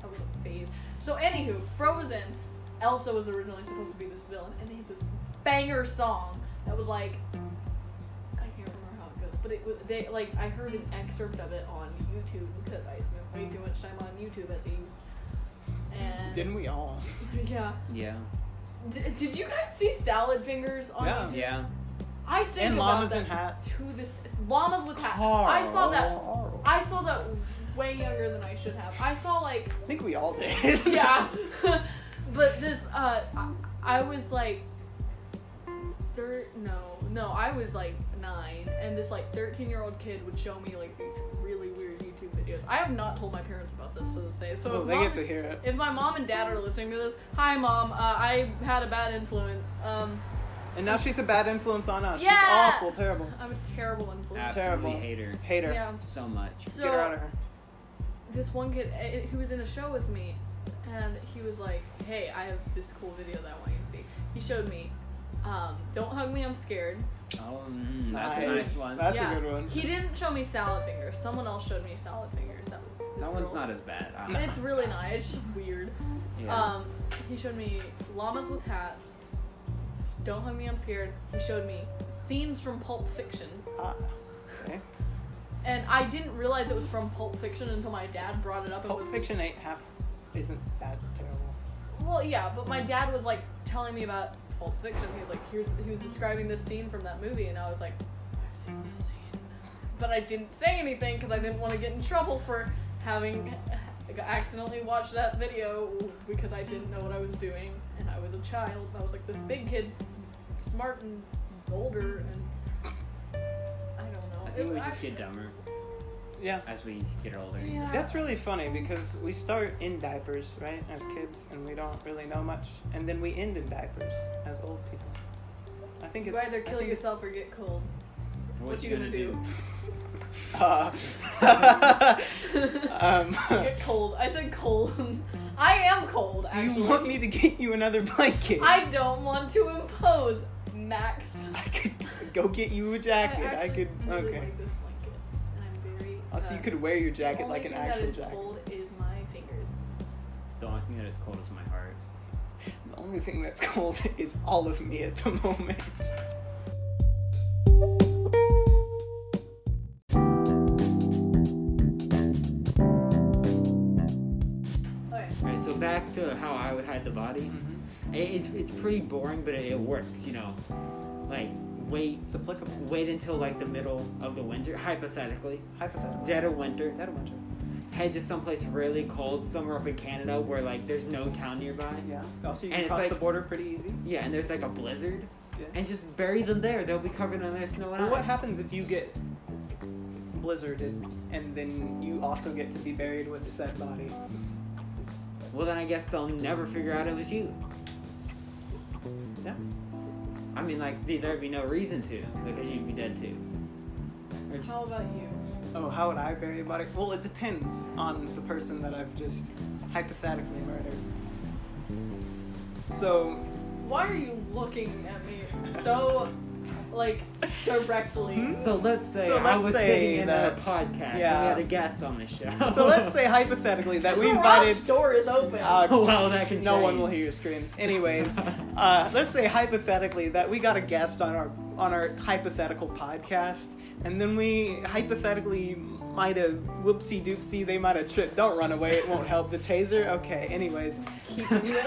[SPEAKER 2] That was a phase. So anywho, Frozen, Elsa was originally supposed to be this villain, and they had this banger song that was like I can't remember how it goes, but it was they like I heard an excerpt of it on YouTube because I spent way too much time on YouTube as a youth. And
[SPEAKER 1] Didn't we all?
[SPEAKER 2] yeah.
[SPEAKER 3] Yeah.
[SPEAKER 2] D- did you guys see Salad Fingers on
[SPEAKER 1] Yeah.
[SPEAKER 2] YouTube?
[SPEAKER 3] Yeah.
[SPEAKER 2] I think
[SPEAKER 1] And
[SPEAKER 2] about
[SPEAKER 1] llamas
[SPEAKER 2] that
[SPEAKER 1] in hats.
[SPEAKER 2] to this llamas with hats. I saw that.
[SPEAKER 1] Carl.
[SPEAKER 2] I saw that way younger than I should have. I saw like
[SPEAKER 1] I think we all did.
[SPEAKER 2] yeah. but this, uh, I, I was like, thir- no, no, I was like nine, and this like 13 year old kid would show me like these really weird YouTube videos. I have not told my parents about this to this day, so
[SPEAKER 1] Oh,
[SPEAKER 2] if,
[SPEAKER 1] they
[SPEAKER 2] mom,
[SPEAKER 1] get to hear it.
[SPEAKER 2] if my mom and dad are listening to this, hi mom, uh, I had a bad influence. Um,
[SPEAKER 1] And now she's a bad influence on us. She's
[SPEAKER 2] Yeah.
[SPEAKER 1] awful, terrible.
[SPEAKER 2] I'm a terrible influence.
[SPEAKER 1] Ab-
[SPEAKER 3] Absolutely
[SPEAKER 1] Terrible.
[SPEAKER 3] hate her
[SPEAKER 1] Hate her.
[SPEAKER 2] Yeah.
[SPEAKER 3] so much.
[SPEAKER 2] So,
[SPEAKER 1] Get her out of her.
[SPEAKER 2] this one kid eh, who was in a show with me, and he was like, "Hey, I have this cool video that I want you to see." He showed me, um, "Don't hug me, I'm scared."
[SPEAKER 3] Oh, mm, that's a nice one.
[SPEAKER 1] That's
[SPEAKER 2] Yeah.
[SPEAKER 1] a good one.
[SPEAKER 2] He didn't show me salad fingers. Someone else showed me salad fingers. That was this
[SPEAKER 3] That one's
[SPEAKER 2] girl.
[SPEAKER 3] not as bad. I
[SPEAKER 2] It's really not. It's just weird.
[SPEAKER 3] yeah.
[SPEAKER 2] Um, he showed me llamas with hats. Don't hug me, I'm scared. He showed me scenes from Pulp Fiction.
[SPEAKER 1] Ah, okay.
[SPEAKER 2] And I didn't realize it was from Pulp Fiction until my dad brought it up. And
[SPEAKER 1] Pulp
[SPEAKER 2] was
[SPEAKER 1] Fiction ain't half isn't that terrible.
[SPEAKER 2] Well, yeah, but my dad was like telling me about Pulp Fiction. He was like, here's he was describing this scene from that movie, and I was like, I've seen this scene, but I didn't say anything because I didn't want to get in trouble for having accidentally watched that video because I didn't know what I was doing and I was a child. I was like, this big kid's smart and older, and I don't know.
[SPEAKER 3] I think
[SPEAKER 2] It-
[SPEAKER 3] we
[SPEAKER 2] I-
[SPEAKER 3] just get dumber
[SPEAKER 1] Yeah.
[SPEAKER 3] as we get older.
[SPEAKER 2] Yeah.
[SPEAKER 1] That's really funny because we start in diapers, right, as kids, and we don't really know much, and then we end in diapers as old people. I think
[SPEAKER 2] You
[SPEAKER 1] it's
[SPEAKER 2] either
[SPEAKER 1] I
[SPEAKER 2] kill
[SPEAKER 1] think it's-
[SPEAKER 2] yourself or get cold.
[SPEAKER 3] What,
[SPEAKER 2] What
[SPEAKER 3] you
[SPEAKER 2] you
[SPEAKER 3] gonna,
[SPEAKER 2] gonna
[SPEAKER 3] do?
[SPEAKER 1] Uh, um,
[SPEAKER 2] get cold. I said cold. I am cold.
[SPEAKER 1] do you
[SPEAKER 2] actually.
[SPEAKER 1] want me to get you another blanket?
[SPEAKER 2] I don't want to impose, Max.
[SPEAKER 1] I could go get you a jacket. I,
[SPEAKER 2] actually
[SPEAKER 1] could.
[SPEAKER 2] really
[SPEAKER 1] okay.
[SPEAKER 2] Like this blanket, and I'm very.
[SPEAKER 1] Oh, so you
[SPEAKER 2] uh,
[SPEAKER 1] could wear your
[SPEAKER 2] the
[SPEAKER 1] jacket
[SPEAKER 2] only
[SPEAKER 1] like an
[SPEAKER 2] thing
[SPEAKER 1] actual
[SPEAKER 2] that is
[SPEAKER 1] jacket.
[SPEAKER 2] cold is my fingers.
[SPEAKER 3] The only thing that is cold is my heart.
[SPEAKER 1] The only thing that's cold is all of me at the moment.
[SPEAKER 2] Okay.
[SPEAKER 3] Alright, so back to how I would hide the body.
[SPEAKER 1] Mhm.
[SPEAKER 3] It, it's it's pretty boring, but it, it works. You know, like wait,
[SPEAKER 1] It's applicable.
[SPEAKER 3] wait until like the middle of the winter, hypothetically,
[SPEAKER 1] Hypothetical.
[SPEAKER 3] dead of winter.
[SPEAKER 1] That winter.
[SPEAKER 3] Head to someplace really cold, somewhere up in Canada where like there's no town nearby.
[SPEAKER 1] Yeah. Also, you
[SPEAKER 3] And
[SPEAKER 1] can
[SPEAKER 3] it's
[SPEAKER 1] cross
[SPEAKER 3] like-
[SPEAKER 1] the border pretty easy.
[SPEAKER 3] Yeah, and there's like a blizzard,
[SPEAKER 1] Yeah.
[SPEAKER 3] and just bury them there. They'll be covered in their snow and
[SPEAKER 1] Well, what
[SPEAKER 3] ice.
[SPEAKER 1] happens if you get blizzarded and then you also get to be buried with said body?
[SPEAKER 3] Well, then I guess they'll never figure out it was you.
[SPEAKER 1] Yeah.
[SPEAKER 3] I mean, like th- there'd be no reason to because you'd be dead too. Or just,
[SPEAKER 2] How about you?
[SPEAKER 1] Oh, how would I bury a body? Well, it depends on the person that I've just hypothetically murdered. So,
[SPEAKER 2] Why are you looking at me so, like,
[SPEAKER 1] Hmm?
[SPEAKER 2] directly?
[SPEAKER 3] So let's say
[SPEAKER 1] So
[SPEAKER 3] I
[SPEAKER 1] let's
[SPEAKER 3] was
[SPEAKER 1] say
[SPEAKER 3] sitting in
[SPEAKER 1] that-
[SPEAKER 3] a podcast and
[SPEAKER 1] yeah.
[SPEAKER 3] we had a guest on the show.
[SPEAKER 1] so let's say hypothetically that we
[SPEAKER 2] Your
[SPEAKER 1] invited.
[SPEAKER 2] garage door is open.
[SPEAKER 1] Uh,
[SPEAKER 3] Well, that can
[SPEAKER 1] no one
[SPEAKER 3] change.
[SPEAKER 1] will hear your screams. Anyways, uh, let's say hypothetically that we got a guest on our on our hypothetical podcast, and then we hypothetically might have whoopsie doopsie they might have tripped. Don't run away; it won't help. The taser. Okay. Anyways.
[SPEAKER 2] Keep doing this.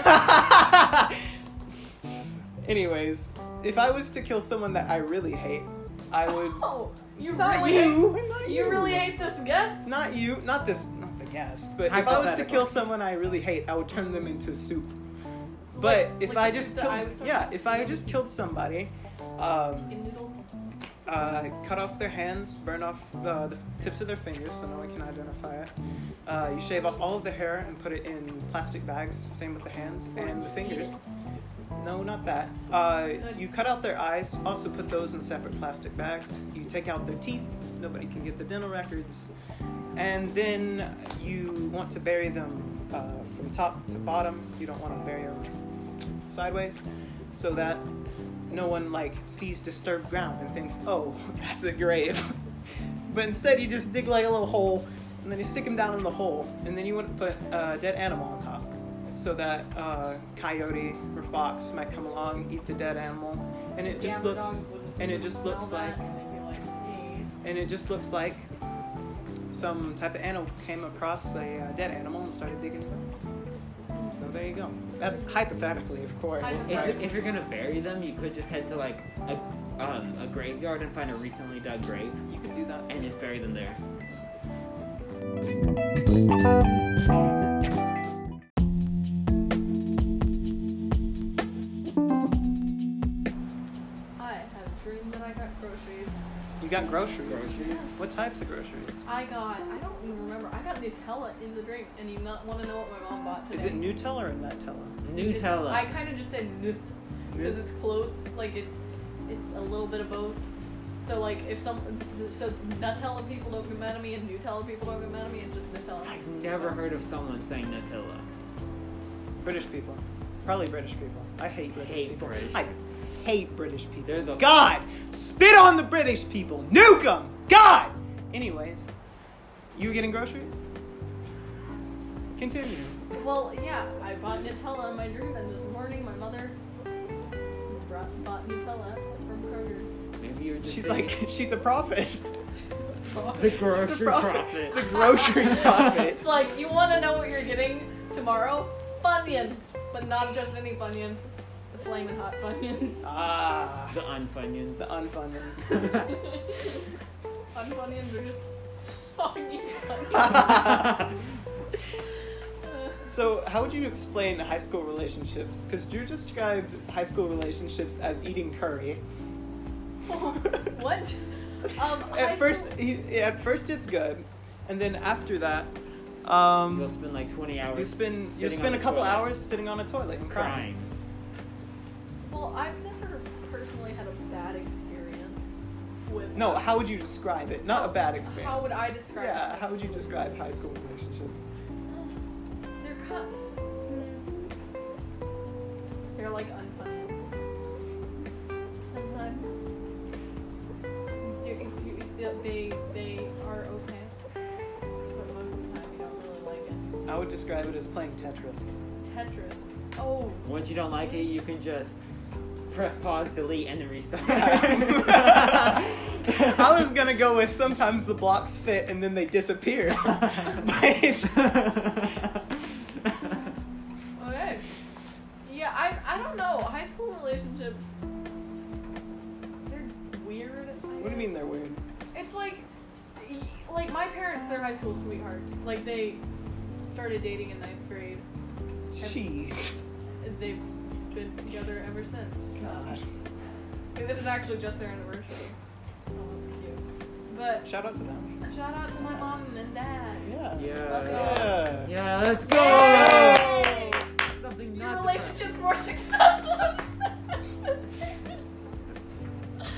[SPEAKER 1] anyways, if I was to kill someone that I really hate, I would.
[SPEAKER 2] Oh, you
[SPEAKER 1] Not
[SPEAKER 2] really
[SPEAKER 1] you,
[SPEAKER 2] Hate,
[SPEAKER 1] not
[SPEAKER 2] you.
[SPEAKER 1] you.
[SPEAKER 2] really hate this guest?
[SPEAKER 1] Not you, not this, not the guest. But if I was to
[SPEAKER 3] Hypothetical.
[SPEAKER 1] kill someone I really hate, I would turn them into soup. But
[SPEAKER 2] Like-
[SPEAKER 1] if
[SPEAKER 2] like
[SPEAKER 1] I
[SPEAKER 2] the
[SPEAKER 1] just
[SPEAKER 2] soup that
[SPEAKER 1] killed,
[SPEAKER 2] I was talking
[SPEAKER 1] yeah,
[SPEAKER 2] about?
[SPEAKER 1] if I just killed somebody, um,
[SPEAKER 2] In noodle.
[SPEAKER 1] uh, cut off their hands, burn off the, the tips of their fingers so no one can identify it. Uh, you shave off all of the hair and put it in plastic bags. Same with the hands and the fingers. No, not that. Uh, you cut out their eyes. Also put those in separate plastic bags. You take out their teeth. Nobody can get the dental records. And then you want to bury them uh, from top to bottom. You don't want to bury them sideways, so that no one like sees disturbed ground and thinks, "Oh, that's a grave." but instead, you just dig like a little hole, and then you stick them down in the hole, and then you want to put a dead animal on top, so that uh, coyote or fox might come along, eat the dead animal, and it just
[SPEAKER 2] Gamma
[SPEAKER 1] looks
[SPEAKER 2] dogs would
[SPEAKER 1] and it just looks
[SPEAKER 2] smell
[SPEAKER 1] like-
[SPEAKER 2] that and they'd be like, "Hey."
[SPEAKER 1] and it just looks like some type of animal came across a uh, dead animal and started digging it up. So there you go. That's hypothetically, of course.
[SPEAKER 2] I just-
[SPEAKER 1] right?
[SPEAKER 2] Right.
[SPEAKER 3] If, if you're gonna bury them, you could just head to like a, um, a graveyard and find a recently dug grave
[SPEAKER 1] you could do that.
[SPEAKER 3] and just bury them there.
[SPEAKER 2] I had a dream that I got groceries.
[SPEAKER 1] You got groceries.
[SPEAKER 3] Groceries.
[SPEAKER 2] Yes.
[SPEAKER 1] What types of groceries?
[SPEAKER 2] I got, I don't even remember. I got Nutella in the drink, and you not want to know what my mom bought today.
[SPEAKER 1] Is it Nutella or Nutella?
[SPEAKER 2] It-
[SPEAKER 3] Nutella.
[SPEAKER 2] I kind of just said because it's close. Like it's it's a little bit of both. So like if some so Nutella people don't get mad at me and Nutella people don't get mad at me, it's just Nutella.
[SPEAKER 3] I've never heard of someone saying Nutella.
[SPEAKER 1] British people. Probably British people. I hate British
[SPEAKER 3] Hate
[SPEAKER 1] people.
[SPEAKER 3] British.
[SPEAKER 1] I hate British people.
[SPEAKER 3] They're the-
[SPEAKER 1] God, spit on the British people. Nuke 'em! God. Anyways, you were getting groceries. Continue.
[SPEAKER 2] Well, yeah, I bought Nutella in my dream, and this morning my mother brought, bought Nutella from Kroger.
[SPEAKER 3] Maybe you're just
[SPEAKER 1] She's
[SPEAKER 3] saying-
[SPEAKER 1] like, she's a prophet.
[SPEAKER 3] the
[SPEAKER 1] She's
[SPEAKER 3] grocery
[SPEAKER 1] a prophet.
[SPEAKER 3] prophet.
[SPEAKER 1] The grocery prophet.
[SPEAKER 2] It's like you want to know what you're getting tomorrow? Funyuns, but not just any Funyuns, the flaming hot Funyuns.
[SPEAKER 1] Ah,
[SPEAKER 3] The unfunions.
[SPEAKER 1] the unfundings.
[SPEAKER 2] Fun Funyuns are just soggy Funyuns.
[SPEAKER 1] So, how would you explain high school relationships? Because Drew described high school relationships as eating curry.
[SPEAKER 2] what? Um, high
[SPEAKER 1] At first,
[SPEAKER 2] school-
[SPEAKER 1] he, at first it's good, and then after that,
[SPEAKER 3] You'll
[SPEAKER 1] um,
[SPEAKER 3] spend like 20 hours.
[SPEAKER 1] you spend you
[SPEAKER 3] sitting
[SPEAKER 1] spend
[SPEAKER 3] on
[SPEAKER 1] a
[SPEAKER 3] the
[SPEAKER 1] couple
[SPEAKER 3] toilet
[SPEAKER 1] hours sitting on a toilet and crying.
[SPEAKER 3] crying.
[SPEAKER 2] well, I've never personally had a bad experience with.
[SPEAKER 1] No, how would you describe it? Not a bad experience.
[SPEAKER 2] How would I describe?
[SPEAKER 1] Yeah,
[SPEAKER 2] high
[SPEAKER 1] how would you
[SPEAKER 2] school?
[SPEAKER 1] describe high school relationships?
[SPEAKER 2] They're cut. Hmm. They're like unfunny. Sometimes. They're, if you- if they- they, they are okay. But most of the time, you don't really like it.
[SPEAKER 1] I would describe it as playing Tetris.
[SPEAKER 2] Tetris. Oh.
[SPEAKER 3] Once you don't like it, you can just press pause, delete, and then restart.
[SPEAKER 1] I was gonna go with sometimes the blocks fit and then they disappear. but it's,
[SPEAKER 2] Okay. Yeah, I, I don't know. High school relationships. They're weird. I
[SPEAKER 1] what do you
[SPEAKER 2] guess.
[SPEAKER 1] mean they're weird?
[SPEAKER 2] It's like, y- like my parents, they're high school sweethearts. Like they started dating in ninth grade.
[SPEAKER 1] Jeez.
[SPEAKER 2] and They've been together ever since.
[SPEAKER 1] God.
[SPEAKER 2] It was actually just their anniversary. So that's cute. But
[SPEAKER 1] Shout out to them.
[SPEAKER 2] shout out to my mom and dad.
[SPEAKER 1] Yeah.
[SPEAKER 3] yeah.
[SPEAKER 1] Yeah.
[SPEAKER 3] Yeah, let's go!
[SPEAKER 2] Yay!
[SPEAKER 3] Something
[SPEAKER 2] Your
[SPEAKER 3] not to-
[SPEAKER 2] relationship's more successful than his parents.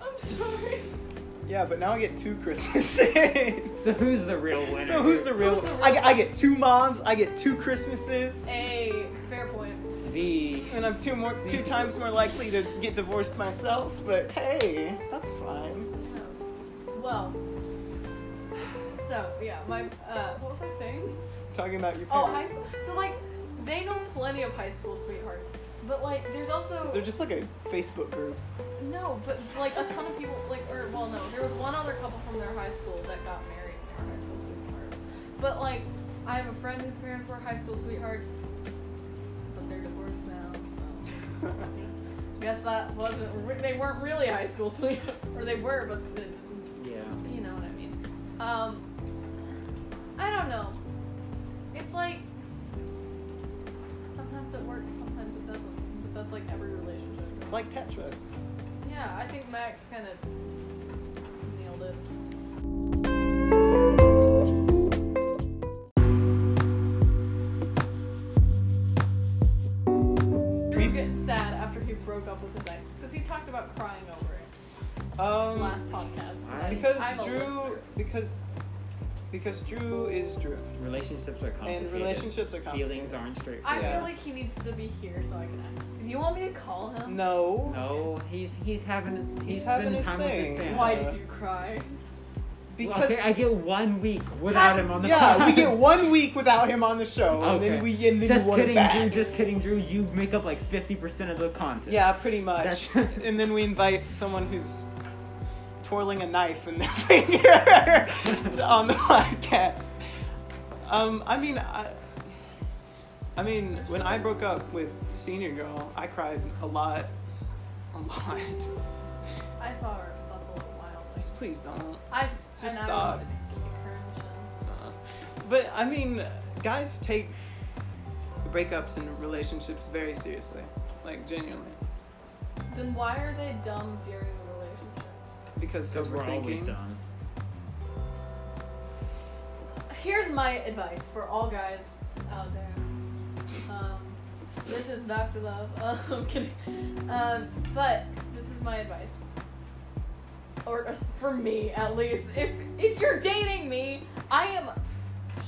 [SPEAKER 2] I'm sorry.
[SPEAKER 1] Yeah, but now I get two Christmases.
[SPEAKER 3] So who's the real winner?
[SPEAKER 1] so who's the real?
[SPEAKER 2] Who's the real-
[SPEAKER 1] I, I get two moms. I get two Christmases,
[SPEAKER 2] A fair point.
[SPEAKER 3] The
[SPEAKER 1] and I'm two more, two times more likely to get divorced myself. But hey, that's fine.
[SPEAKER 2] Well, so yeah, my uh, what was I saying?
[SPEAKER 1] Talking about your
[SPEAKER 2] Oh, high
[SPEAKER 1] parents.
[SPEAKER 2] school. So like, they know plenty of high school sweethearts, but like, there's also
[SPEAKER 1] Is there just like a Facebook group?
[SPEAKER 2] no, but like a ton of people like, or well, no, there was one other couple from their high school that got married. And they were high school sweethearts. But like, I have a friend whose parents were high school sweethearts, but they're divorced now. So. Guess that wasn't. Re- they weren't really high school sweethearts, or they were, but they didn't
[SPEAKER 3] yeah.
[SPEAKER 2] you know what I mean. Um, I don't know. It's like sometimes it works, sometimes it doesn't. But that's like every relationship.
[SPEAKER 1] it's like Tetris.
[SPEAKER 2] Yeah, I think Max kind of nailed it. Drew was
[SPEAKER 1] Reason-
[SPEAKER 2] getting sad after he broke up with his ex because he talked about crying over it
[SPEAKER 1] Um,
[SPEAKER 2] last podcast.
[SPEAKER 3] I-
[SPEAKER 1] because
[SPEAKER 2] I'm a
[SPEAKER 1] Drew,
[SPEAKER 2] listener.
[SPEAKER 1] because because Drew is Drew,
[SPEAKER 3] Relationships are
[SPEAKER 1] and
[SPEAKER 3] complicated.
[SPEAKER 1] relationships are complicated.
[SPEAKER 3] Feelings aren't straight.
[SPEAKER 2] I
[SPEAKER 1] Yeah.
[SPEAKER 2] feel like he needs to be here so I can. Act. You want me to call him?
[SPEAKER 1] No.
[SPEAKER 3] No, Oh, he's he's having
[SPEAKER 1] He's
[SPEAKER 3] he's
[SPEAKER 1] having
[SPEAKER 3] spending
[SPEAKER 1] his
[SPEAKER 3] time with his
[SPEAKER 1] thing.
[SPEAKER 3] family.
[SPEAKER 2] Why did you cry?
[SPEAKER 1] because
[SPEAKER 3] okay, I get one week without him on the
[SPEAKER 1] yeah,
[SPEAKER 3] pod.
[SPEAKER 1] we get one week without him on the show, and then
[SPEAKER 3] Oh, Okay.
[SPEAKER 1] Oh, we and then
[SPEAKER 3] Just
[SPEAKER 1] we want
[SPEAKER 3] kidding,
[SPEAKER 1] it back.
[SPEAKER 3] Drew. Just kidding, Drew. You make up like fifty percent of the content.
[SPEAKER 1] yeah, pretty much.
[SPEAKER 3] That's-
[SPEAKER 1] and then we invite someone who's twirling a knife in their finger to- on the podcast. Um, I mean, I, I mean, when I broke up with Senior Girl, I cried a lot, a lot.
[SPEAKER 2] I saw her buckle a while. back.
[SPEAKER 1] Please, please don't.
[SPEAKER 2] I s-
[SPEAKER 1] Just
[SPEAKER 2] and I
[SPEAKER 1] stop.
[SPEAKER 2] wanted to kick her and shit.
[SPEAKER 1] Uh, but I mean, guys take breakups and relationships very seriously, like genuinely,
[SPEAKER 2] Then why are they dumb during the relationship?
[SPEAKER 1] because
[SPEAKER 3] Because we're always
[SPEAKER 1] overthinking.
[SPEAKER 3] done.
[SPEAKER 2] Here's my advice for all guys out there. Um, this is Dr. Love. Uh, I'm kidding. Um, but this is my advice. Or, or s- for me, at least. If, if you're dating me, I am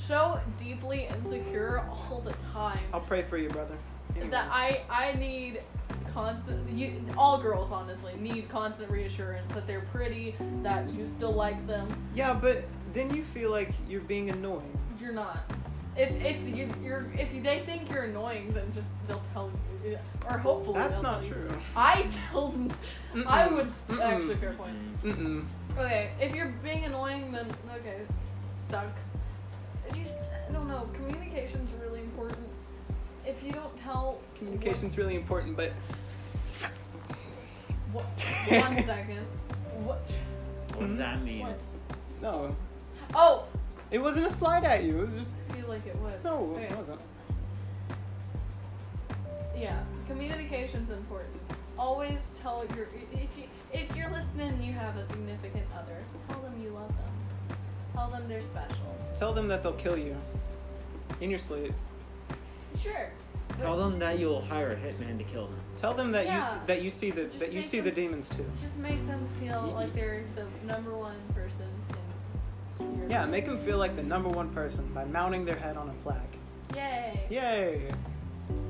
[SPEAKER 2] so deeply insecure all the time.
[SPEAKER 1] I'll pray for you, brother. Anyways.
[SPEAKER 2] that I I need constant you all girls honestly need constant reassurance that they're pretty that you still like them
[SPEAKER 1] yeah, but then you feel like you're being annoying.
[SPEAKER 2] you're not if if you, you're if they think you're annoying then just they'll tell you or hopefully
[SPEAKER 1] That's
[SPEAKER 2] they'll
[SPEAKER 1] not
[SPEAKER 2] tell you.
[SPEAKER 1] true.
[SPEAKER 2] I tell them I
[SPEAKER 1] Mm-mm.
[SPEAKER 2] would
[SPEAKER 1] Mm-mm.
[SPEAKER 2] actually fair point
[SPEAKER 1] Mm-mm.
[SPEAKER 2] okay if you're being annoying then okay sucks if you I don't know communication's really important if you don't tell
[SPEAKER 1] Communication's really important, but
[SPEAKER 2] what, one second what
[SPEAKER 3] What
[SPEAKER 1] Mm-hmm.
[SPEAKER 3] does that mean?
[SPEAKER 2] what
[SPEAKER 1] no,
[SPEAKER 2] Oh,
[SPEAKER 1] it wasn't a slide at you. It was just
[SPEAKER 2] I feel like it was.
[SPEAKER 1] no,
[SPEAKER 2] Okay.
[SPEAKER 1] it wasn't.
[SPEAKER 2] Yeah, communication's important. Always tell your if you if you're listening, and you have a significant other. Tell them you love them. Tell them they're special.
[SPEAKER 1] Tell them that they'll kill you in your sleep.
[SPEAKER 2] Sure. but
[SPEAKER 3] Tell them
[SPEAKER 2] just-
[SPEAKER 3] that you'll hire a hitman to kill them.
[SPEAKER 1] Tell them that you s-
[SPEAKER 2] Yeah.
[SPEAKER 1] that you see the
[SPEAKER 2] Just
[SPEAKER 1] that you
[SPEAKER 2] make
[SPEAKER 1] see
[SPEAKER 2] them-
[SPEAKER 1] the demons too.
[SPEAKER 2] Just make them feel
[SPEAKER 3] Y-
[SPEAKER 2] like they're the number one person. In your
[SPEAKER 1] Yeah, make them feel like the number one person by mounting their head on a plaque.
[SPEAKER 2] Yay.
[SPEAKER 1] Yay!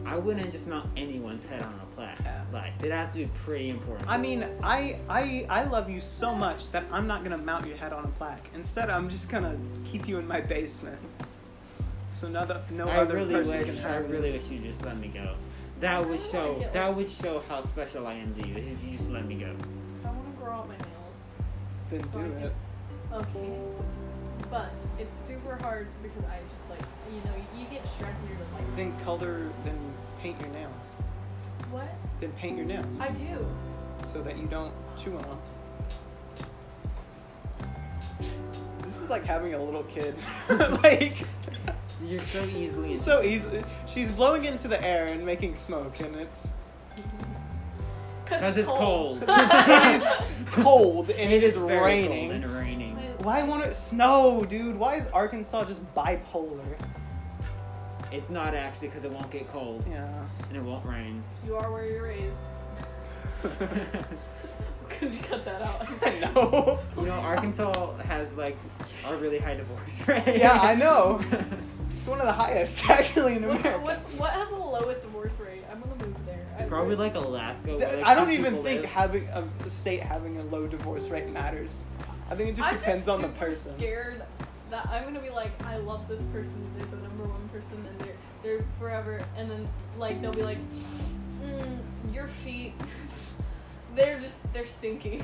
[SPEAKER 3] I wouldn't just mount anyone's head on a plaque.
[SPEAKER 1] Yeah.
[SPEAKER 3] Like it'd have to be pretty important.
[SPEAKER 1] I mean, I, I, I love you so much that I'm not gonna mount your head on a plaque. Instead, I'm just gonna keep you in my basement. So no, other- no
[SPEAKER 3] I
[SPEAKER 1] other
[SPEAKER 3] really
[SPEAKER 1] person
[SPEAKER 3] wish.
[SPEAKER 1] can
[SPEAKER 3] I
[SPEAKER 1] have you.
[SPEAKER 3] really wish you just let me go. That would
[SPEAKER 2] I wanna
[SPEAKER 3] show.
[SPEAKER 2] get-
[SPEAKER 3] That would show how special I am to you if you just let me go.
[SPEAKER 2] I want to grow out my nails.
[SPEAKER 1] Then do it.
[SPEAKER 2] Okay. But it's super hard because I just like you know you get stressed and you're just like
[SPEAKER 1] Then color. Then paint your nails.
[SPEAKER 2] what
[SPEAKER 1] Then paint your nails
[SPEAKER 2] I do.
[SPEAKER 1] so that you don't chew on them. This is like having a little kid. like.
[SPEAKER 3] You're so easily.
[SPEAKER 1] So easy. She's blowing into the air and making smoke, and it's
[SPEAKER 3] Because it's cold.
[SPEAKER 1] it is cold and it is
[SPEAKER 3] very cold
[SPEAKER 1] raining.
[SPEAKER 3] and raining.
[SPEAKER 1] Why won't it snow, dude? Why is Arkansas just bipolar?
[SPEAKER 3] It's not actually because it won't get cold
[SPEAKER 1] Yeah.
[SPEAKER 3] and it won't rain.
[SPEAKER 2] You are where you're raised. Could you cut that out?
[SPEAKER 1] I know.
[SPEAKER 3] you know, Arkansas has like a really high divorce rate.
[SPEAKER 1] Yeah, I know. It's one of the highest actually in
[SPEAKER 2] What's,
[SPEAKER 1] America.
[SPEAKER 2] what's what has the lowest divorce rate? I'm gonna move there. I-
[SPEAKER 3] Probably like Alaska.
[SPEAKER 1] D-
[SPEAKER 3] where, like,
[SPEAKER 1] I don't
[SPEAKER 3] some
[SPEAKER 1] even
[SPEAKER 3] people
[SPEAKER 1] think
[SPEAKER 3] live.
[SPEAKER 1] having a a state having a low divorce rate matters. I think it just
[SPEAKER 2] I'm
[SPEAKER 1] depends on the
[SPEAKER 2] super
[SPEAKER 1] person.
[SPEAKER 2] Scared that I'm gonna be like, I love this person. They're the number one person, and they're they're forever. And then like they'll be like, mm, your feet. they're just they're stinky.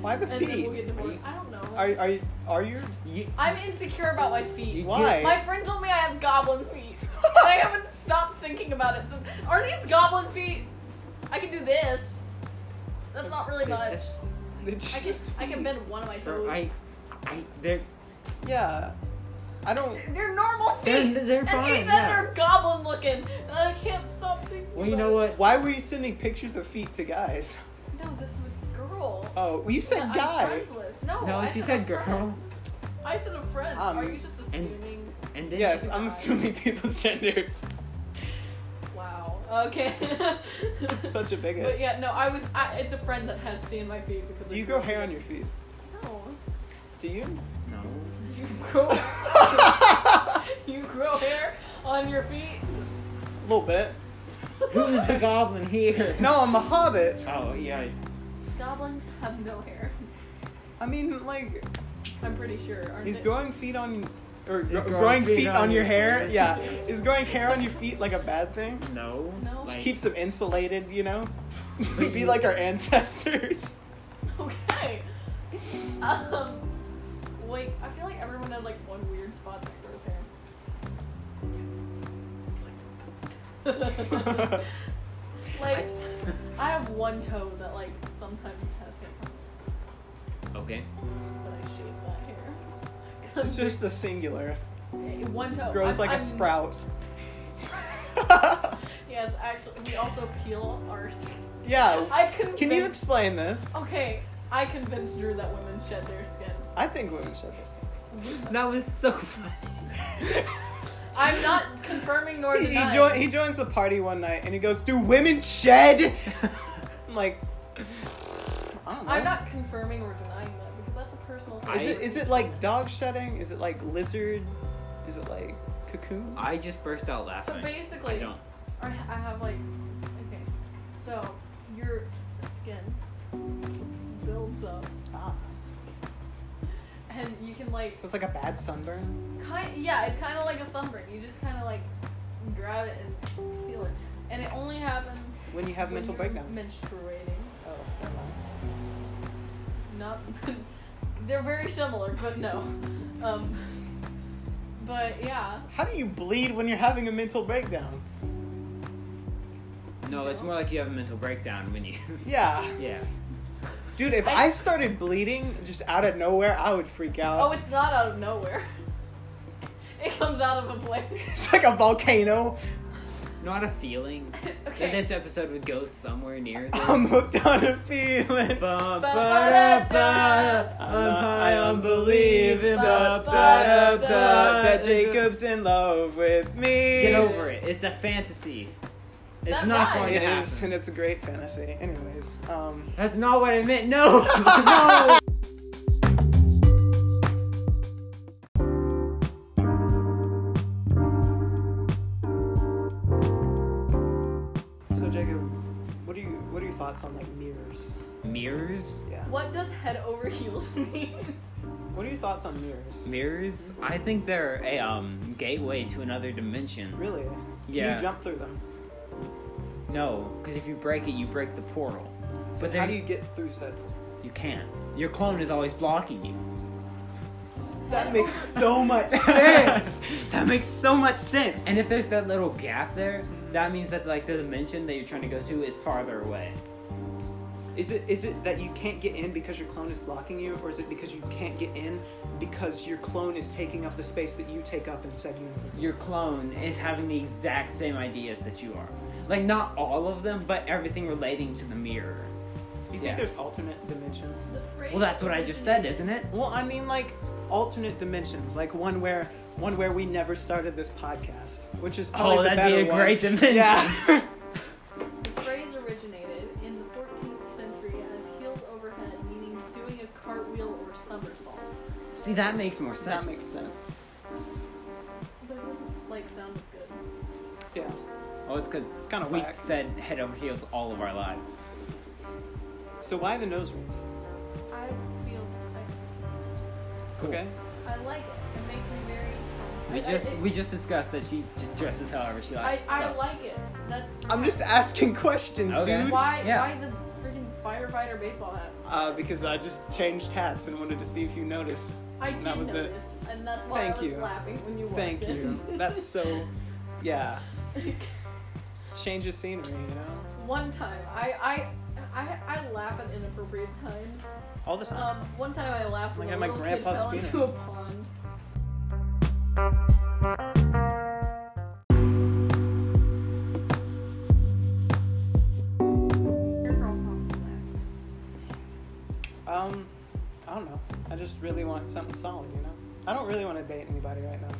[SPEAKER 1] Why the
[SPEAKER 2] And then we'll get
[SPEAKER 1] feet?
[SPEAKER 2] divorced.
[SPEAKER 3] you-
[SPEAKER 2] I don't know.
[SPEAKER 1] Are are you, are you?
[SPEAKER 3] You,
[SPEAKER 2] I'm insecure about my feet.
[SPEAKER 3] You-
[SPEAKER 1] Why?
[SPEAKER 2] My friend told me I have goblin feet. and I haven't stopped thinking about it. So, are these goblin feet? I can do this. That's not really
[SPEAKER 3] they
[SPEAKER 2] much.
[SPEAKER 3] just-
[SPEAKER 1] It's
[SPEAKER 2] I can
[SPEAKER 1] just
[SPEAKER 2] I can
[SPEAKER 1] feet.
[SPEAKER 2] bend one of my
[SPEAKER 3] bro,
[SPEAKER 2] toes.
[SPEAKER 3] I, I, they're,
[SPEAKER 1] Yeah. I don't.
[SPEAKER 2] They're- they're normal
[SPEAKER 3] they're,
[SPEAKER 2] feet.
[SPEAKER 3] they're
[SPEAKER 2] and
[SPEAKER 3] fine.
[SPEAKER 2] she said
[SPEAKER 3] yeah.
[SPEAKER 2] they're goblin looking, and I can't stop thinking.
[SPEAKER 3] well, you
[SPEAKER 2] about
[SPEAKER 3] know
[SPEAKER 2] it.
[SPEAKER 3] what?
[SPEAKER 1] Why were you sending pictures of feet to guys?
[SPEAKER 2] No, this is a girl.
[SPEAKER 1] Oh, well, you
[SPEAKER 2] that
[SPEAKER 1] said
[SPEAKER 2] I'm
[SPEAKER 1] guy.
[SPEAKER 2] friends with. No,
[SPEAKER 3] No,
[SPEAKER 2] I
[SPEAKER 3] she
[SPEAKER 2] said
[SPEAKER 3] said
[SPEAKER 2] a
[SPEAKER 3] girl.
[SPEAKER 2] friend. I said a friend.
[SPEAKER 1] Um,
[SPEAKER 2] Are you just assuming?
[SPEAKER 3] And then
[SPEAKER 1] Yes,
[SPEAKER 3] she-
[SPEAKER 1] I'm assuming people's genders.
[SPEAKER 2] Wow. Okay.
[SPEAKER 1] Such a bigot.
[SPEAKER 2] But yeah, no, I was. I, it's a friend that has seen my feet because.
[SPEAKER 1] Do you grow hair on your feet?
[SPEAKER 2] No,
[SPEAKER 1] Do you?
[SPEAKER 3] No.
[SPEAKER 2] you grow. you grow hair on your feet.
[SPEAKER 1] A little bit.
[SPEAKER 3] Who's the goblin here?
[SPEAKER 1] No, I'm a hobbit.
[SPEAKER 3] Oh yeah.
[SPEAKER 2] Goblins have no hair.
[SPEAKER 1] I mean, like,
[SPEAKER 2] I'm pretty sure. Aren't
[SPEAKER 1] He's
[SPEAKER 2] they?
[SPEAKER 1] growing feet on, or
[SPEAKER 3] He's
[SPEAKER 1] gro-
[SPEAKER 3] growing
[SPEAKER 1] growing
[SPEAKER 3] feet
[SPEAKER 1] feet
[SPEAKER 3] on
[SPEAKER 1] on your
[SPEAKER 3] your
[SPEAKER 1] hair.
[SPEAKER 3] hair.
[SPEAKER 1] Yeah, is growing hair on your feet like a bad thing?
[SPEAKER 3] No.
[SPEAKER 2] No.
[SPEAKER 1] Just
[SPEAKER 3] Like,
[SPEAKER 1] keeps them insulated, you know. Be like our ancestors.
[SPEAKER 2] Okay. Um, like I feel like everyone has like one weird spot that grows hair. like I have one toe that like sometimes has hair,
[SPEAKER 3] Okay.
[SPEAKER 2] but I shave that hair. 'Cause I'm
[SPEAKER 1] It's just a singular.
[SPEAKER 2] big- one toe
[SPEAKER 1] Grows
[SPEAKER 2] Oh,
[SPEAKER 1] like
[SPEAKER 2] I'm-
[SPEAKER 1] a
[SPEAKER 2] I'm-
[SPEAKER 1] sprout.
[SPEAKER 2] Yes, actually, we also peel our. skin.
[SPEAKER 1] yeah.
[SPEAKER 2] I convinced.
[SPEAKER 1] Oh. Can you explain this?
[SPEAKER 2] Okay, I convinced Drew that women shed their skin.
[SPEAKER 1] I think women should have
[SPEAKER 3] That was so funny.
[SPEAKER 1] skin.
[SPEAKER 2] I'm not confirming nor
[SPEAKER 1] He,
[SPEAKER 2] denying.
[SPEAKER 1] he, join, he joins the party one night and he goes, "Do women shed?" I'm like, I don't know.
[SPEAKER 2] I'm not confirming or denying that because that's a personal thing.
[SPEAKER 1] Is it is it like dog shedding? Is it like lizard? Is it like cocoon?
[SPEAKER 3] I just burst out
[SPEAKER 2] so
[SPEAKER 3] laughing.
[SPEAKER 2] basically,
[SPEAKER 3] I don't.
[SPEAKER 2] I I have like, okay, so your skin builds up,
[SPEAKER 1] Ah.
[SPEAKER 2] and you can like,
[SPEAKER 1] So it's like a bad sunburn.
[SPEAKER 2] kind yeah, it's kind of like a sunburn. You just kind of like grab it and feel it, and it only happens
[SPEAKER 1] When you have
[SPEAKER 2] when
[SPEAKER 1] mental
[SPEAKER 2] you're
[SPEAKER 1] breakdowns.
[SPEAKER 2] Menstruating,
[SPEAKER 1] oh, never mind.
[SPEAKER 2] not. they're very similar, but no. Um, but yeah.
[SPEAKER 1] How do you bleed when you're having a mental breakdown?
[SPEAKER 3] No, it's more like you have a mental breakdown when you.
[SPEAKER 1] Yeah,
[SPEAKER 3] yeah.
[SPEAKER 1] dude. If
[SPEAKER 2] I-
[SPEAKER 1] I, started bleeding just out of nowhere, I would freak
[SPEAKER 2] Oh,
[SPEAKER 1] out.
[SPEAKER 2] it's not out of nowhere. It comes out of a place.
[SPEAKER 1] it's like a volcano.
[SPEAKER 3] Not a feeling.
[SPEAKER 2] okay.
[SPEAKER 3] This episode would go somewhere near. This.
[SPEAKER 1] I'm hooked on a feeling.
[SPEAKER 3] Ba-
[SPEAKER 2] Ba-
[SPEAKER 3] ba-
[SPEAKER 2] ba-
[SPEAKER 3] ba-
[SPEAKER 1] I'm
[SPEAKER 3] I'm
[SPEAKER 1] high on believing
[SPEAKER 2] Ba-
[SPEAKER 1] ba,
[SPEAKER 2] ba-
[SPEAKER 1] ba, da,
[SPEAKER 2] da.
[SPEAKER 1] da, that Jacob's in love with me.
[SPEAKER 3] Get over it. It's a fantasy. It's
[SPEAKER 2] That
[SPEAKER 3] not
[SPEAKER 2] guy.
[SPEAKER 3] going to
[SPEAKER 1] It
[SPEAKER 3] happen.
[SPEAKER 1] is, and it's a great fantasy. Anyways, um,
[SPEAKER 3] That's not what I meant. No. no.
[SPEAKER 1] so Jacob, what are you? What are your thoughts on like mirrors?
[SPEAKER 3] Mirrors.
[SPEAKER 1] Yeah.
[SPEAKER 2] What does head over heels mean?
[SPEAKER 1] What are your thoughts on mirrors?
[SPEAKER 3] Mirrors. I think they're a um gateway to another dimension.
[SPEAKER 1] Really?
[SPEAKER 3] Yeah.
[SPEAKER 1] You jump through them.
[SPEAKER 3] No, because if you break it, you break the portal. But
[SPEAKER 1] How
[SPEAKER 3] then
[SPEAKER 1] do you get through said?
[SPEAKER 3] you can't. Your clone is always blocking you.
[SPEAKER 1] That makes so much sense.
[SPEAKER 3] sense. that makes so much sense. And if there's that little gap there, that means that like the dimension that you're trying to go to is farther away.
[SPEAKER 1] Is it is it that you can't get in because your clone is blocking you, or is it because you can't get in because your clone is taking up the space that you take up in said universe?
[SPEAKER 3] Your clone is having the exact same ideas that you are. Like not all of them, but everything relating to the mirror.
[SPEAKER 1] You think
[SPEAKER 3] Yeah.
[SPEAKER 1] there's alternate dimensions?
[SPEAKER 2] The phrase
[SPEAKER 3] Well, that's what I just said, isn't it?
[SPEAKER 1] Well, I mean like alternate dimensions, like one where one where we never started this podcast, which is probably
[SPEAKER 3] Oh,
[SPEAKER 1] the
[SPEAKER 3] that'd be
[SPEAKER 1] better
[SPEAKER 3] a
[SPEAKER 1] one.
[SPEAKER 3] great dimension.
[SPEAKER 1] Yeah.
[SPEAKER 2] The phrase originated in the 14th century as heels over head, meaning doing a cartwheel or somersault.
[SPEAKER 3] See, that makes more sense.
[SPEAKER 1] that makes sense.
[SPEAKER 2] But it doesn't like sound as good.
[SPEAKER 1] Yeah.
[SPEAKER 3] Oh, it's because
[SPEAKER 1] It's kinda
[SPEAKER 3] we've
[SPEAKER 1] whack.
[SPEAKER 3] said head over heels all of our lives.
[SPEAKER 1] So why the nose ring?
[SPEAKER 2] I feel excited.
[SPEAKER 3] Cool.
[SPEAKER 1] Okay.
[SPEAKER 2] I like it. It makes me very.
[SPEAKER 3] We
[SPEAKER 2] I-
[SPEAKER 3] just
[SPEAKER 2] I,
[SPEAKER 3] we just discussed that she just dresses however she
[SPEAKER 2] I,
[SPEAKER 3] likes.
[SPEAKER 2] I
[SPEAKER 3] so.
[SPEAKER 2] like it. That's.
[SPEAKER 1] I'm just asking questions,
[SPEAKER 3] Okay.
[SPEAKER 1] dude.
[SPEAKER 2] Why?
[SPEAKER 3] Yeah.
[SPEAKER 2] Why the freaking firefighter baseball hat?
[SPEAKER 1] Uh, because I just changed hats and wanted to see if you noticed.
[SPEAKER 2] I did
[SPEAKER 1] That was it.
[SPEAKER 2] notice, and that's why
[SPEAKER 1] Thank
[SPEAKER 2] I was
[SPEAKER 1] you.
[SPEAKER 2] laughing when you walked
[SPEAKER 1] Thank you.
[SPEAKER 2] in.
[SPEAKER 1] That's so. Yeah.
[SPEAKER 2] so.
[SPEAKER 1] Change of scenery, you know?
[SPEAKER 2] One time, I I I, I laugh at inappropriate times.
[SPEAKER 1] All the time.
[SPEAKER 2] Um, one time I laughed when
[SPEAKER 1] Like
[SPEAKER 2] a
[SPEAKER 1] at my
[SPEAKER 2] little
[SPEAKER 1] grandpa's
[SPEAKER 2] kid fell into
[SPEAKER 1] funeral.
[SPEAKER 2] a pond. Your girl complex.
[SPEAKER 1] Um, I don't know. I just really want something solid, you know? I don't really want to date anybody right now.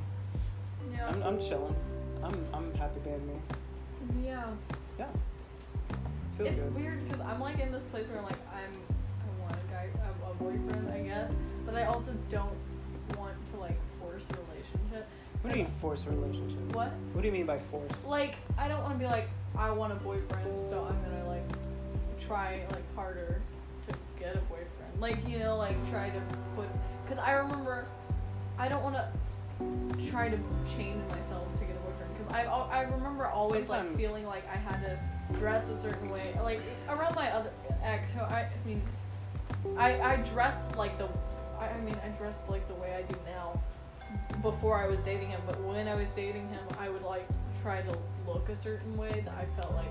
[SPEAKER 2] Yeah.
[SPEAKER 1] I'm, I'm chilling. I'm, I'm happy being me.
[SPEAKER 2] yeah.
[SPEAKER 1] Feels
[SPEAKER 2] it's
[SPEAKER 1] good.
[SPEAKER 2] weird because I'm like in this place where I'm like I'm I want a guy a, a boyfriend I guess, but I also don't want to like force a relationship.
[SPEAKER 1] What do you mean force a relationship?
[SPEAKER 2] What?
[SPEAKER 1] What do you mean by force?
[SPEAKER 2] Like I don't want to be like I want a boyfriend, so I'm gonna like try like harder to get a boyfriend. Like, you know, like try to put. Because I remember, I don't want to try to change myself to get a boyfriend. Because I, al- I remember always like
[SPEAKER 1] Sometimes-
[SPEAKER 2] feeling like I had to dress a certain way. Like around my other ex, who I, I mean, I I dressed like the, I, I mean, I dressed like the way I do now. Before I was dating him, but when I was dating him, I would like try to look a certain way that I felt like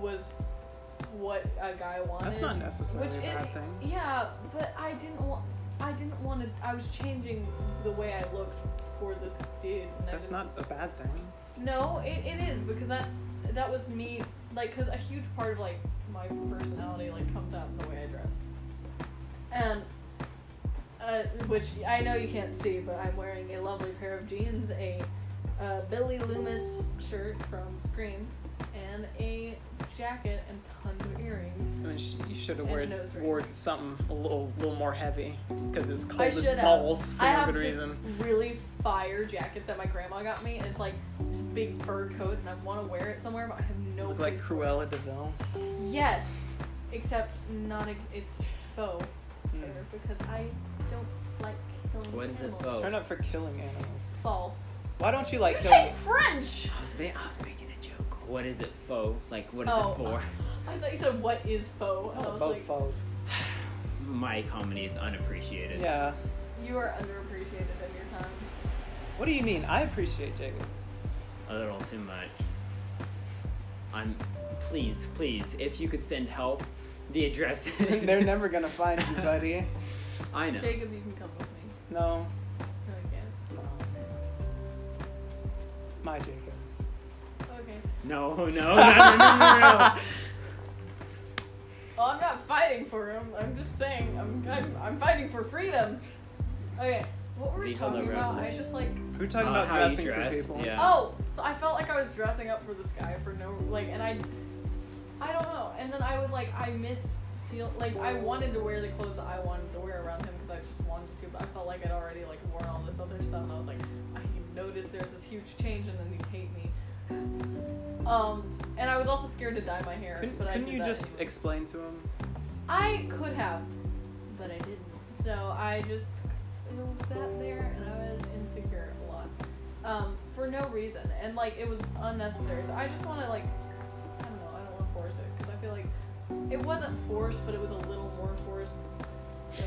[SPEAKER 2] was what a guy wanted.
[SPEAKER 1] That's not necessarily
[SPEAKER 2] Which
[SPEAKER 1] a
[SPEAKER 2] it,
[SPEAKER 1] bad thing.
[SPEAKER 2] yeah, but I didn't want. I didn't want to. I was changing the way I looked for this dude. And I
[SPEAKER 1] That's
[SPEAKER 2] didn't-
[SPEAKER 1] not a bad thing.
[SPEAKER 2] No, it, it is because that's that was me. Like, cause a huge part of like my personality like comes out in the way I dress. And. Uh, which I know you can't see, but I'm wearing a lovely pair of jeans, a uh, Billy Loomis shirt from Scream, and a jacket and tons of earrings.
[SPEAKER 1] I mean, sh- you should have
[SPEAKER 2] And
[SPEAKER 1] wore,
[SPEAKER 2] nose ring.
[SPEAKER 1] wore something a little, little more heavy. It's because it's cold
[SPEAKER 2] I
[SPEAKER 1] as
[SPEAKER 2] should have.
[SPEAKER 1] balls for
[SPEAKER 2] I
[SPEAKER 1] no
[SPEAKER 2] have
[SPEAKER 1] good
[SPEAKER 2] this
[SPEAKER 1] reason.
[SPEAKER 2] really fire jacket that my grandma got me. and It's like this big fur coat, and I want to wear it somewhere, but I have no.
[SPEAKER 1] Look like
[SPEAKER 2] place to wear it.
[SPEAKER 1] Cruella Deville.
[SPEAKER 2] Yes, except not. Ex- it's faux
[SPEAKER 1] Hmm.
[SPEAKER 2] fur because I don't like killing
[SPEAKER 3] What is it,
[SPEAKER 2] animals.
[SPEAKER 3] faux?
[SPEAKER 1] Turn up for killing animals.
[SPEAKER 2] False.
[SPEAKER 1] Why don't you like
[SPEAKER 2] you
[SPEAKER 1] killing?
[SPEAKER 2] take French.
[SPEAKER 3] I was, ma- I was making a joke. What is it faux? Like, what is
[SPEAKER 2] Oh.
[SPEAKER 3] it for?
[SPEAKER 2] I thought you said what is faux, and I
[SPEAKER 1] Oh,
[SPEAKER 2] was
[SPEAKER 1] both
[SPEAKER 2] like,
[SPEAKER 1] foes.
[SPEAKER 3] My comedy is unappreciated.
[SPEAKER 1] Yeah.
[SPEAKER 2] you are underappreciated at your time.
[SPEAKER 1] What do you mean? I appreciate Jacob.
[SPEAKER 3] A little too much. I'm. Please, please, if you could send help, the address.
[SPEAKER 1] They're never gonna find you, buddy.
[SPEAKER 3] I know.
[SPEAKER 2] Jacob, you can come with me.
[SPEAKER 1] No.
[SPEAKER 2] No, you can't.
[SPEAKER 1] No. My Jacob.
[SPEAKER 2] Okay.
[SPEAKER 3] No, no, no, no, no, no,
[SPEAKER 1] Oh.
[SPEAKER 3] no.
[SPEAKER 2] Well, I'm not fighting for him. I'm just saying I'm I'm, I'm fighting for freedom. Okay, what were we
[SPEAKER 3] Vehicle
[SPEAKER 2] talking about? I
[SPEAKER 3] revolution.
[SPEAKER 2] just like
[SPEAKER 1] We're talking
[SPEAKER 3] Uh,
[SPEAKER 1] about
[SPEAKER 3] how you
[SPEAKER 1] dressing
[SPEAKER 3] dress,
[SPEAKER 1] for people.
[SPEAKER 3] yeah.
[SPEAKER 2] oh, so I felt like I was dressing up for this guy for no like, and I I don't know. And then I was like I miss feel like I wanted to wear the clothes that I wanted to wear around him because I just wanted to, but I felt like I'd already like worn all this other stuff, and I was like I noticed there's this huge change, and then you hate me. Um, and I was also scared to dye my hair,
[SPEAKER 1] Couldn't,
[SPEAKER 2] but I
[SPEAKER 1] couldn't
[SPEAKER 2] did
[SPEAKER 1] you
[SPEAKER 2] that
[SPEAKER 1] just
[SPEAKER 2] anyway.
[SPEAKER 1] explain to him?
[SPEAKER 2] I could have, but I didn't. So I just you know, sat there and I was insecure a lot, um, for no reason, and like it was unnecessary. So I just want to like, I don't know, I don't want to force it because I feel like it wasn't forced, but it was a little more forced than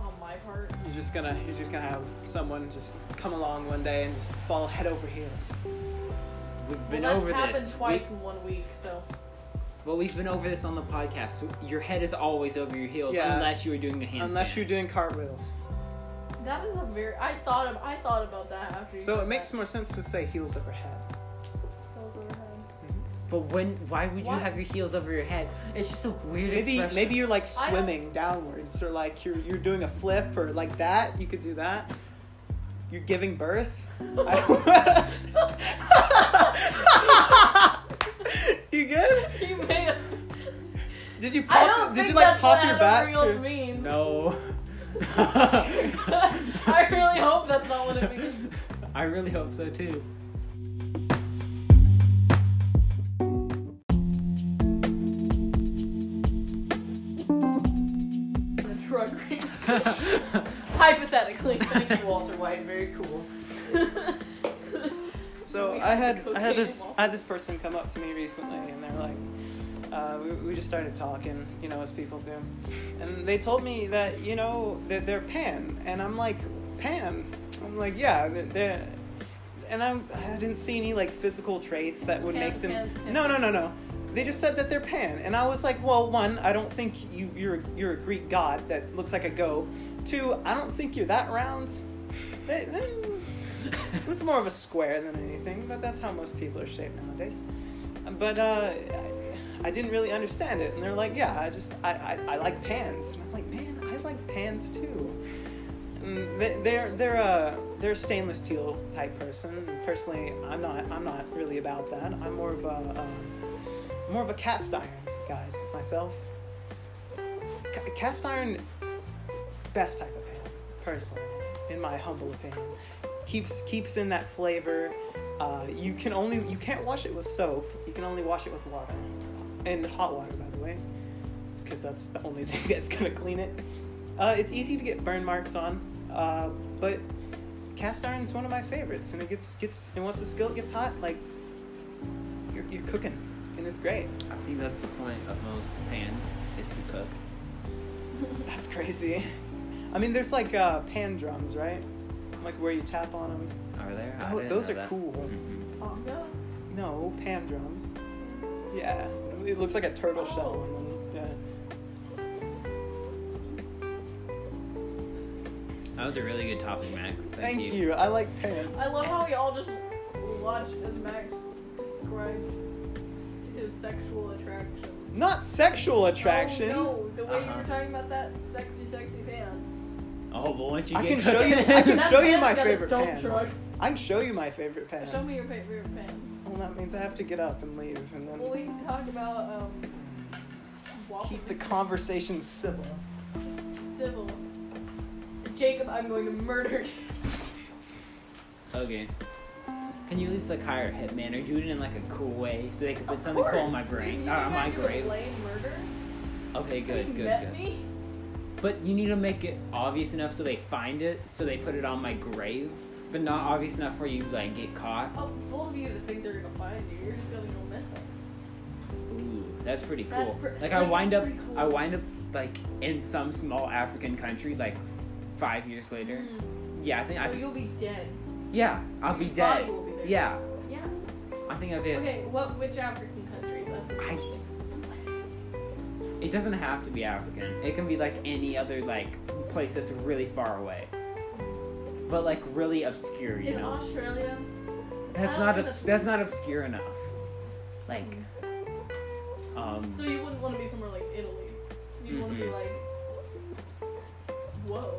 [SPEAKER 2] on my part.
[SPEAKER 1] You're just gonna you're just gonna have someone just come along one day and just fall head over heels.
[SPEAKER 3] We've
[SPEAKER 2] Well,
[SPEAKER 3] been
[SPEAKER 2] that's
[SPEAKER 3] over
[SPEAKER 2] happened
[SPEAKER 3] this.
[SPEAKER 2] twice in one week, so
[SPEAKER 3] Well, we've been over this on the podcast. Your head is always over your heels
[SPEAKER 1] Yeah.
[SPEAKER 3] unless you were doing a handstand.
[SPEAKER 1] Unless you're doing cartwheels.
[SPEAKER 2] that is a very. I thought of. I thought about that after. You
[SPEAKER 1] So
[SPEAKER 2] said
[SPEAKER 1] it makes
[SPEAKER 2] that.
[SPEAKER 1] more sense to say heels over head.
[SPEAKER 2] Goes over her.
[SPEAKER 3] But when? Why would you
[SPEAKER 2] Why?
[SPEAKER 3] have your heels over your head? It's just a weird
[SPEAKER 1] Maybe
[SPEAKER 3] expression.
[SPEAKER 1] maybe you're like
[SPEAKER 2] I don't-
[SPEAKER 1] swimming downwards or like you're you're doing a flip or like that. You could do that. You're giving birth. I don't- you good?
[SPEAKER 2] He made a.
[SPEAKER 1] Did you pop?
[SPEAKER 2] I don't
[SPEAKER 1] did
[SPEAKER 2] think
[SPEAKER 1] you like
[SPEAKER 2] that's
[SPEAKER 1] pop
[SPEAKER 2] what
[SPEAKER 1] your
[SPEAKER 2] Adam
[SPEAKER 1] back?
[SPEAKER 2] Reels
[SPEAKER 1] or-
[SPEAKER 2] mean.
[SPEAKER 3] No.
[SPEAKER 2] I really hope that's not what it means.
[SPEAKER 3] I really hope so too.
[SPEAKER 2] The drug ring. Hypothetically.
[SPEAKER 1] Thank you, Walter White. Very cool. So I had I had this I had this person come up to me recently, and they're like, uh, we, we just started talking, you know, as people do, and they told me that you know that they're pan, and I'm like pan, I'm like yeah, they're, they're and I'm I didn't see any like physical traits that would
[SPEAKER 2] Pan-
[SPEAKER 1] make them
[SPEAKER 2] pan- pan.
[SPEAKER 1] no no no no. They just said that they're pan, and I was like, well, one, I don't think you you're you're a Greek god that looks like a goat. Two, I don't think you're that round. They, they, it was more of a square than anything, but that's how most people are shaped nowadays. But uh, I, I didn't really understand it, and they're like, "Yeah, I just I, I, I like pans," and I'm like, "Man, I like pans too." And they, they're they're a they're a stainless steel type person. Personally, I'm not I'm not really about that. I'm more of a um, more of a cast iron guy myself. Ca- cast iron, best type of pan, personally, in my humble opinion keeps keeps in that flavor. Uh, you can only you can't wash it with soap. You can only wash it with water, and hot water, by the way. because that's the only thing that's gonna clean it. Uh, it's easy to get burn marks on, uh, but cast iron's one of my favorites, and it gets gets and once the skillet gets hot, like you're, you're cooking, and it's great.
[SPEAKER 3] I think that's the point of most pans is to cook.
[SPEAKER 1] That's crazy. I mean, there's like uh, pan drums, right? Like where you tap on them.
[SPEAKER 3] Are there? I
[SPEAKER 1] Oh,
[SPEAKER 3] didn't
[SPEAKER 1] those
[SPEAKER 3] know
[SPEAKER 1] are
[SPEAKER 3] that.
[SPEAKER 1] cool.
[SPEAKER 3] Mhm.
[SPEAKER 2] Bongos?
[SPEAKER 1] No, pan drums. Yeah, it looks like a turtle shell. And then,
[SPEAKER 3] That was a really good topic, Max.
[SPEAKER 1] yeah.
[SPEAKER 3] Thank, you.
[SPEAKER 1] I like pans.
[SPEAKER 2] I love how we all just watched as Max described his sexual attraction.
[SPEAKER 1] Not sexual attraction.
[SPEAKER 2] Oh, no, the way you
[SPEAKER 3] Uh-huh.
[SPEAKER 2] were talking about that sexy, sexy pan.
[SPEAKER 3] Oh, but once you
[SPEAKER 1] I
[SPEAKER 3] get
[SPEAKER 1] can show
[SPEAKER 3] cooking-
[SPEAKER 1] you- I can
[SPEAKER 2] That
[SPEAKER 1] show you
[SPEAKER 2] pan's
[SPEAKER 1] my
[SPEAKER 2] got a
[SPEAKER 1] favorite
[SPEAKER 2] dump
[SPEAKER 1] pan.
[SPEAKER 2] Truck.
[SPEAKER 1] I can show you my favorite pan.
[SPEAKER 2] Show me your favorite pan.
[SPEAKER 1] Well, that means I have to get up and leave, and then
[SPEAKER 2] Well, we can talk about um, waffle
[SPEAKER 1] keep the conversation civil.
[SPEAKER 2] civil. Jacob, I'm going to murder you.
[SPEAKER 3] Okay. Can you at least like hire a hitman or do it in like a cool way so they can put
[SPEAKER 2] Of
[SPEAKER 3] something cool
[SPEAKER 2] course.
[SPEAKER 3] on my
[SPEAKER 2] Didn't
[SPEAKER 3] brain
[SPEAKER 2] you
[SPEAKER 3] or on
[SPEAKER 2] think
[SPEAKER 3] my
[SPEAKER 2] I'd do a
[SPEAKER 3] grave?
[SPEAKER 2] Lame murder.
[SPEAKER 3] Okay,
[SPEAKER 2] Have you
[SPEAKER 3] good, good,
[SPEAKER 2] met
[SPEAKER 3] good.
[SPEAKER 2] me?
[SPEAKER 3] But you need to make it obvious enough so they find it, so they put it on my grave, but not obvious enough where you like get caught.
[SPEAKER 2] Oh, both of you to think they're gonna find you. You're just gonna go missing.
[SPEAKER 3] Ooh, that's pretty cool.
[SPEAKER 2] That's pre-
[SPEAKER 3] like I
[SPEAKER 2] like,
[SPEAKER 3] wind up,
[SPEAKER 2] it's pretty cool.
[SPEAKER 3] I wind up like in some small African country like five years later.
[SPEAKER 2] Mm-hmm.
[SPEAKER 3] Yeah, I think I.
[SPEAKER 2] No, Hmm. Oh, you'll be dead.
[SPEAKER 3] yeah, I'll be
[SPEAKER 2] Your
[SPEAKER 3] dead.
[SPEAKER 2] body will be there.
[SPEAKER 3] Yeah,
[SPEAKER 2] Yeah.
[SPEAKER 3] I think I've. It.
[SPEAKER 2] Okay, what? Which African country? That's
[SPEAKER 3] I. It doesn't have to be African. It can be like any other like place that's really far away, but like really obscure. You
[SPEAKER 2] in
[SPEAKER 3] know.
[SPEAKER 2] Australia.
[SPEAKER 3] That's
[SPEAKER 2] I
[SPEAKER 3] not
[SPEAKER 2] don't think that's-
[SPEAKER 3] obs- that's not obscure enough. Like, um,
[SPEAKER 2] So you wouldn't want to be somewhere like Italy. You'd want to be
[SPEAKER 3] Mhm.
[SPEAKER 2] like,
[SPEAKER 3] Mm-hmm.
[SPEAKER 2] whoa.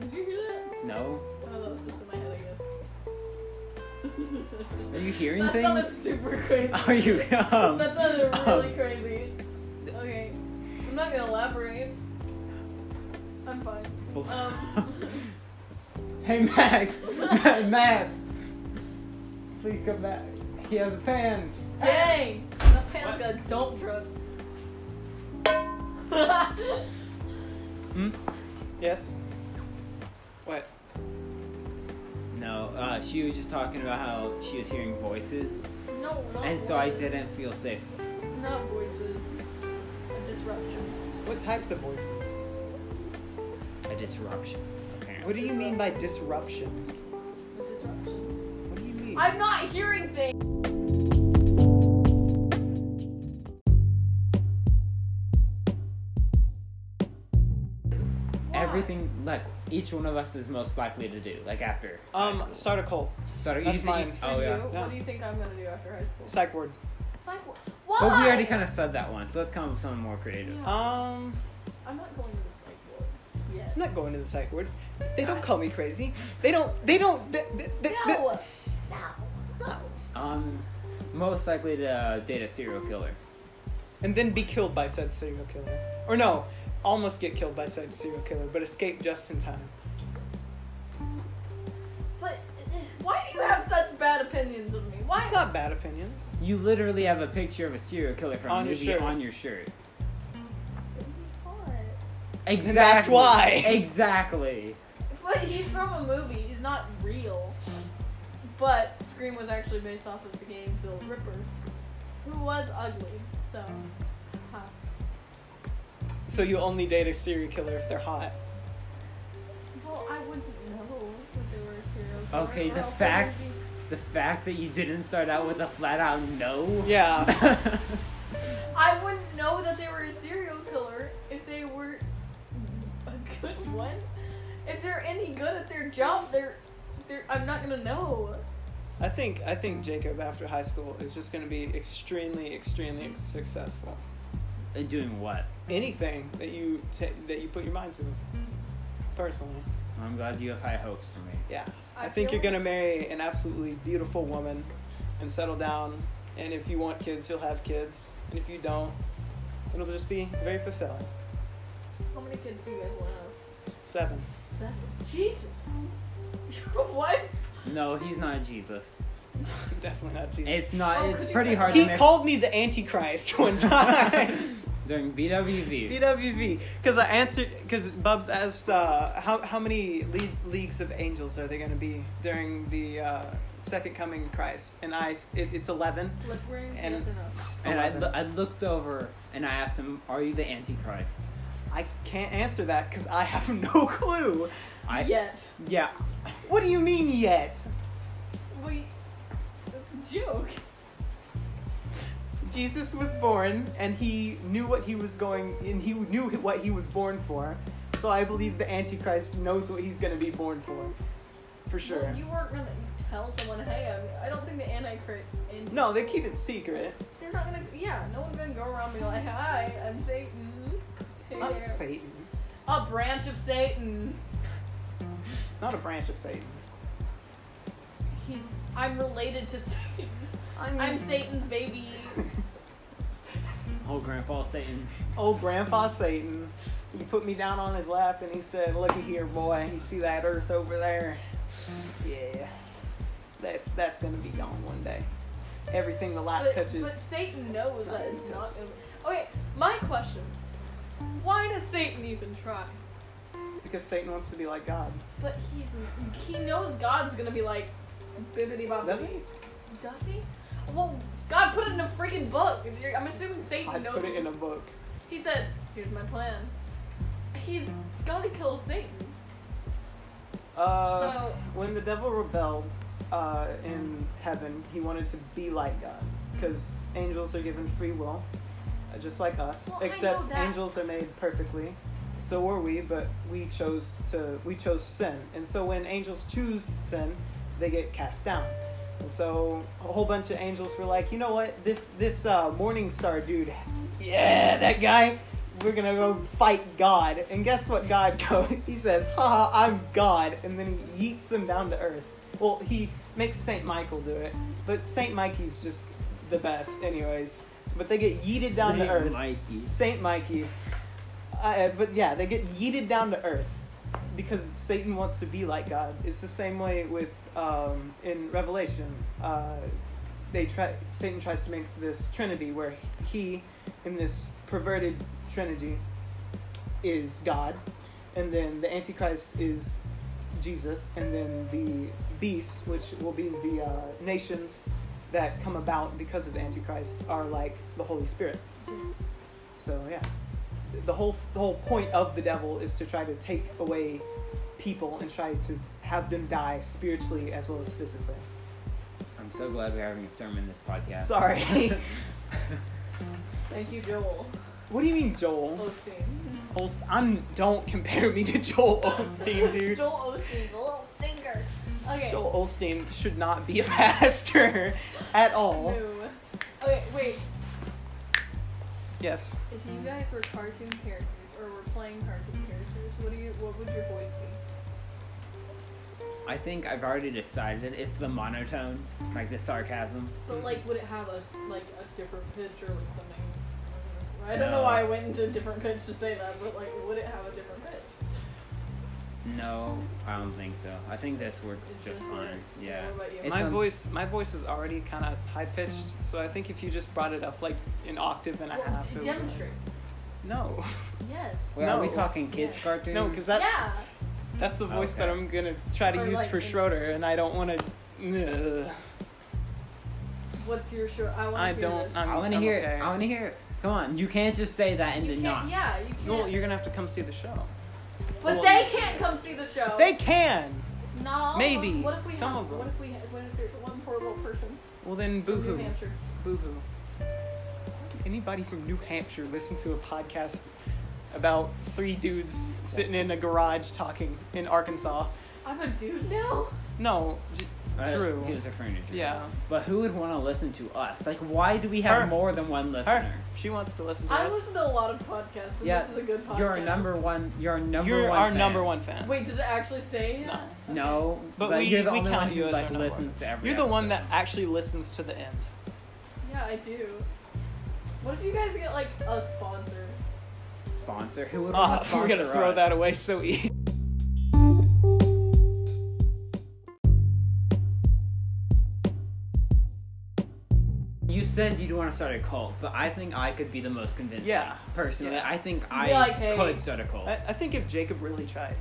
[SPEAKER 2] Did you hear that?
[SPEAKER 3] no.
[SPEAKER 2] Oh, that was just in my head, I guess.
[SPEAKER 3] Are you hearing
[SPEAKER 2] that sounded
[SPEAKER 3] things?
[SPEAKER 2] super crazy.
[SPEAKER 3] Are you? Um,
[SPEAKER 2] That sounded really
[SPEAKER 3] um,
[SPEAKER 2] crazy. Okay, I'm not gonna elaborate. I'm fine. Um,
[SPEAKER 3] hey Max, Ma- Max, please come back. He has a pan.
[SPEAKER 2] Dang! That pan's got a dump truck.
[SPEAKER 1] Hmm? Yes. What?
[SPEAKER 3] No, uh, she was just talking about how she was hearing voices,
[SPEAKER 2] no, not
[SPEAKER 3] and so I
[SPEAKER 2] voices.
[SPEAKER 3] didn't feel safe.
[SPEAKER 2] Not voices. A disruption.
[SPEAKER 1] What types of voices?
[SPEAKER 3] A disruption, apparently.
[SPEAKER 1] What do you mean by disruption?
[SPEAKER 2] A disruption.
[SPEAKER 1] What do you mean?
[SPEAKER 2] I'm not hearing things! Why?
[SPEAKER 3] Everything like each one of us is most likely to do, like after. high
[SPEAKER 1] um,
[SPEAKER 3] school.
[SPEAKER 1] start a cult.
[SPEAKER 3] So do you
[SPEAKER 1] That's
[SPEAKER 3] think-
[SPEAKER 1] mine.
[SPEAKER 2] For
[SPEAKER 3] Oh
[SPEAKER 2] you,
[SPEAKER 3] yeah.
[SPEAKER 1] Yeah.
[SPEAKER 2] What do you think I'm gonna do after high school?
[SPEAKER 1] Psych ward.
[SPEAKER 2] It's like, why?
[SPEAKER 3] But we already kind of said that one, so let's come up with something more creative.
[SPEAKER 2] Yeah.
[SPEAKER 1] Um,
[SPEAKER 2] I'm not going to the psych ward yet.
[SPEAKER 1] I'm not going to the psych ward. They don't call me crazy. They don't. They don't. They, they, they,
[SPEAKER 2] No! No!
[SPEAKER 1] no.
[SPEAKER 3] Um, most likely to uh, date a serial killer.
[SPEAKER 1] And then be killed by said serial killer. Or no, almost get killed by said serial killer, but escape just in time.
[SPEAKER 2] But uh, why do you have such bad opinions of me? Why?
[SPEAKER 1] It's not bad opinions.
[SPEAKER 3] You literally have a picture of a serial killer from
[SPEAKER 1] On
[SPEAKER 3] a
[SPEAKER 1] your
[SPEAKER 3] movie
[SPEAKER 1] shirt.
[SPEAKER 3] on your shirt.
[SPEAKER 2] He's hot.
[SPEAKER 3] Exactly.
[SPEAKER 1] that's why.
[SPEAKER 3] Exactly.
[SPEAKER 2] But he's from a movie. He's not real. But Scream was actually based off of the Gainesville Ripper, who was ugly. So, huh.
[SPEAKER 1] So you only date a serial killer if they're hot.
[SPEAKER 2] well, I wouldn't know that they were serial killers.
[SPEAKER 3] Okay,
[SPEAKER 2] or
[SPEAKER 3] the
[SPEAKER 2] else I
[SPEAKER 3] fact-
[SPEAKER 2] would be-
[SPEAKER 3] The fact that you didn't start out with a flat out no.
[SPEAKER 1] Yeah.
[SPEAKER 2] I wouldn't know that they were a serial killer if they were a good one. If they're any good at their job, they're, they're. I'm not gonna know.
[SPEAKER 1] I think I think Jacob after high school is just going to be extremely extremely ex- successful.
[SPEAKER 3] And Doing what?
[SPEAKER 1] Anything that you t- that you put your mind to. Personally,
[SPEAKER 3] I'm glad you have high hopes for me.
[SPEAKER 1] yeah. I,
[SPEAKER 2] I
[SPEAKER 1] think
[SPEAKER 2] feel-
[SPEAKER 1] you're going to marry an absolutely beautiful woman and settle down and if you want kids, you'll have kids. And if you don't, it'll just be very fulfilling.
[SPEAKER 2] How many kids do you guys want to have?
[SPEAKER 1] Seven.
[SPEAKER 2] Seven. Jesus. Your wife?
[SPEAKER 3] No, he's not Jesus.
[SPEAKER 1] Definitely not Jesus.
[SPEAKER 3] It's not.
[SPEAKER 2] Oh,
[SPEAKER 3] it's
[SPEAKER 2] could you
[SPEAKER 3] pretty
[SPEAKER 2] put-
[SPEAKER 3] hard
[SPEAKER 1] he
[SPEAKER 3] to make.
[SPEAKER 1] called me the Antichrist one time.
[SPEAKER 4] during BWV.
[SPEAKER 1] BWV, because I answered because Bubs asked uh, how how many le- leagues of angels are there going to be during the uh, second coming of Christ, and I s- it, it's eleven.
[SPEAKER 2] Lip ring?
[SPEAKER 1] And-
[SPEAKER 2] yes or no?
[SPEAKER 4] and I,
[SPEAKER 1] Eleven.
[SPEAKER 4] lo- I looked over and I asked him, "Are you the Antichrist?"
[SPEAKER 1] I can't answer that because I have no clue.
[SPEAKER 4] I
[SPEAKER 2] Yet.
[SPEAKER 4] yeah.
[SPEAKER 1] What do you mean yet?
[SPEAKER 2] Wait. That's a joke.
[SPEAKER 1] Jesus was born, and he knew what he was going, and he knew what he was born for. So I believe the Antichrist knows what he's going to be born for, for sure.
[SPEAKER 2] Well, you weren't gonna tell someone, hey, I'm, I don't think the Antichrist. And
[SPEAKER 1] No, they keep it secret.
[SPEAKER 2] They're not gonna. Yeah, no one's gonna go around being like, hi, I'm Satan. Hey
[SPEAKER 1] Not
[SPEAKER 2] there.
[SPEAKER 1] Satan.
[SPEAKER 2] A branch of Satan.
[SPEAKER 1] Not a branch of Satan.
[SPEAKER 2] He- I'm related to Satan.
[SPEAKER 1] Mm.
[SPEAKER 2] I'm Satan's baby.
[SPEAKER 3] Old Grandpa Satan.
[SPEAKER 1] Old Grandpa Satan. He put me down on his lap and he said, "Looky here, boy. You see that earth over there? Yeah, that's that's gonna be gone one day. Everything the light
[SPEAKER 2] But,
[SPEAKER 1] touches."
[SPEAKER 2] but Satan knows that it's not.
[SPEAKER 1] Touches.
[SPEAKER 2] Okay, my question. Why does Satan even try?
[SPEAKER 1] Because Satan wants to be like God.
[SPEAKER 2] But he's he knows God's gonna be like bibbity bobbity.
[SPEAKER 1] Does he?
[SPEAKER 2] Does he? Well, God put it in a freaking book. I'm assuming Satan
[SPEAKER 1] I
[SPEAKER 2] knows.
[SPEAKER 1] put it in a book.
[SPEAKER 2] He said, "Here's my plan." He's gonna kill Satan.
[SPEAKER 1] Uh,
[SPEAKER 2] So-
[SPEAKER 1] when the devil rebelled uh, in heaven, he wanted to be like God.
[SPEAKER 2] Hmm.
[SPEAKER 1] Because angels are given free will, uh, just like us.
[SPEAKER 2] Well, I know
[SPEAKER 1] except
[SPEAKER 2] that.
[SPEAKER 1] angels are made perfectly. So were we, but we chose to we chose sin. And so when angels choose sin, they get cast down. And so a whole bunch of angels were like, you know what, this this uh, morning star dude, yeah, that guy, we're gonna go fight God. And guess what God goes? He says, haha, I'm God, and then he yeets them down to earth. Well, he makes Saint Michael do it, but Saint Mikey's just the best, anyways. But they get yeeted down to
[SPEAKER 4] Saint
[SPEAKER 1] earth.
[SPEAKER 4] Mikey.
[SPEAKER 1] Saint Mikey. Uh, but yeah, they get yeeted down to earth because Satan wants to be like God. It's the same way with um, in Revelation. Uh, they try Satan tries to make this Trinity where he, in this perverted Trinity, is God, and then the Antichrist is Jesus, and then the beast, which will be the uh, nations that come about because of the Antichrist, are like the Holy Spirit. So yeah, the whole the whole point of the devil is to try to take away people and try to have them die spiritually as well as physically.
[SPEAKER 4] I'm so glad we're having a sermon this podcast.
[SPEAKER 1] Sorry.
[SPEAKER 2] Thank you, Joel
[SPEAKER 1] what do you mean, Joel?
[SPEAKER 2] Osteen.
[SPEAKER 1] Olst- I'm don't compare me to Joel Olstein, dude.
[SPEAKER 2] Joel Osteen's a little stinker. Okay.
[SPEAKER 1] Joel Olstein should not be a pastor at all.
[SPEAKER 2] No. Okay, wait.
[SPEAKER 1] Yes.
[SPEAKER 2] If you guys were cartoon characters or were playing cartoon characters, what do you? What would your voice be?
[SPEAKER 4] I think I've already decided it's the monotone, like the sarcasm.
[SPEAKER 2] But like, would it have a s- like a different pitch or like something? I don't know
[SPEAKER 4] No.
[SPEAKER 2] why I went into a different pitch to say that, but like, would it have a different pitch?
[SPEAKER 4] No, I don't think so. I think this works
[SPEAKER 2] It
[SPEAKER 4] just
[SPEAKER 2] just
[SPEAKER 4] fine.
[SPEAKER 2] works.
[SPEAKER 4] Yeah.
[SPEAKER 2] What about you?
[SPEAKER 4] It's
[SPEAKER 1] my
[SPEAKER 4] um,
[SPEAKER 1] voice my voice is already kind of high pitched, so I think if you just brought it up like an octave and a
[SPEAKER 2] Well,
[SPEAKER 1] half, it
[SPEAKER 2] to
[SPEAKER 1] would-
[SPEAKER 2] demonstrate.
[SPEAKER 1] No.
[SPEAKER 2] Yes.
[SPEAKER 4] Wait, are we
[SPEAKER 1] No.
[SPEAKER 4] talking kids
[SPEAKER 2] Yeah.
[SPEAKER 4] cartoons?
[SPEAKER 1] No, because that's
[SPEAKER 2] yeah.
[SPEAKER 1] That's the voice that
[SPEAKER 4] Okay.
[SPEAKER 1] I'm gonna try to
[SPEAKER 2] Or
[SPEAKER 1] use
[SPEAKER 2] like
[SPEAKER 1] for
[SPEAKER 2] in-
[SPEAKER 1] Schroeder, and I don't want to.
[SPEAKER 2] What's your show? I want.
[SPEAKER 1] I don't. I'm,
[SPEAKER 4] I want to
[SPEAKER 1] I'm
[SPEAKER 4] hear
[SPEAKER 1] okay.
[SPEAKER 4] it. I want to hear it. Come on, you can't just say that and
[SPEAKER 2] you
[SPEAKER 4] then
[SPEAKER 2] can't.
[SPEAKER 4] not.
[SPEAKER 2] Yeah, you can't.
[SPEAKER 1] Well, you're gonna have to come see the show.
[SPEAKER 2] but
[SPEAKER 1] well-
[SPEAKER 2] they can't come see the show.
[SPEAKER 1] They can.
[SPEAKER 2] Not all. of
[SPEAKER 1] Maybe.
[SPEAKER 2] them. What if we
[SPEAKER 1] Some
[SPEAKER 2] have,
[SPEAKER 1] of them.
[SPEAKER 2] What if we? had- What if there's one poor little person
[SPEAKER 1] Well then,
[SPEAKER 2] from New
[SPEAKER 1] boohoo,
[SPEAKER 2] Hampshire?
[SPEAKER 1] boohoo. Anybody from New Hampshire listen to a podcast about three dudes sitting in a garage talking in Arkansas?
[SPEAKER 2] I'm a dude now.
[SPEAKER 1] No, j-
[SPEAKER 4] Uh,
[SPEAKER 1] true.
[SPEAKER 4] He was referring to Drew.
[SPEAKER 1] Yeah,
[SPEAKER 4] But who would want to listen to us? Like, why do we have
[SPEAKER 1] Her.
[SPEAKER 4] more than one listener?
[SPEAKER 1] her. She wants to listen to
[SPEAKER 2] I
[SPEAKER 1] us.
[SPEAKER 2] listen to a lot of podcasts, and
[SPEAKER 4] Yeah,
[SPEAKER 2] this is a good podcast.
[SPEAKER 4] You're our number one. You're our number
[SPEAKER 1] You're
[SPEAKER 4] one.
[SPEAKER 1] our
[SPEAKER 4] fan.
[SPEAKER 1] number one fan.
[SPEAKER 2] Wait, does it actually say?
[SPEAKER 1] No.
[SPEAKER 2] that?
[SPEAKER 4] No,
[SPEAKER 1] But
[SPEAKER 4] but,
[SPEAKER 1] we-
[SPEAKER 4] you're the
[SPEAKER 1] we
[SPEAKER 4] only
[SPEAKER 1] count
[SPEAKER 4] one
[SPEAKER 1] you
[SPEAKER 4] who
[SPEAKER 1] as our
[SPEAKER 4] like
[SPEAKER 1] number one.
[SPEAKER 4] listens to every.
[SPEAKER 1] You're the one that
[SPEAKER 4] episode.
[SPEAKER 1] actually listens to the end.
[SPEAKER 2] Yeah, I do. What if you guys get like a sponsor?
[SPEAKER 4] sponsor. Who
[SPEAKER 3] Ah,
[SPEAKER 4] would want to
[SPEAKER 1] Oh,
[SPEAKER 4] sponsor
[SPEAKER 1] we're gonna throw
[SPEAKER 4] us?
[SPEAKER 1] that away so easy.
[SPEAKER 4] You
[SPEAKER 3] said you'd want to start a cult, but I think I could be the most convincing.
[SPEAKER 1] Yeah.
[SPEAKER 3] Personally,
[SPEAKER 1] Yeah.
[SPEAKER 3] I think
[SPEAKER 2] be
[SPEAKER 3] I
[SPEAKER 2] like, hey.
[SPEAKER 3] could start a cult.
[SPEAKER 1] I, I think if Jacob really tried,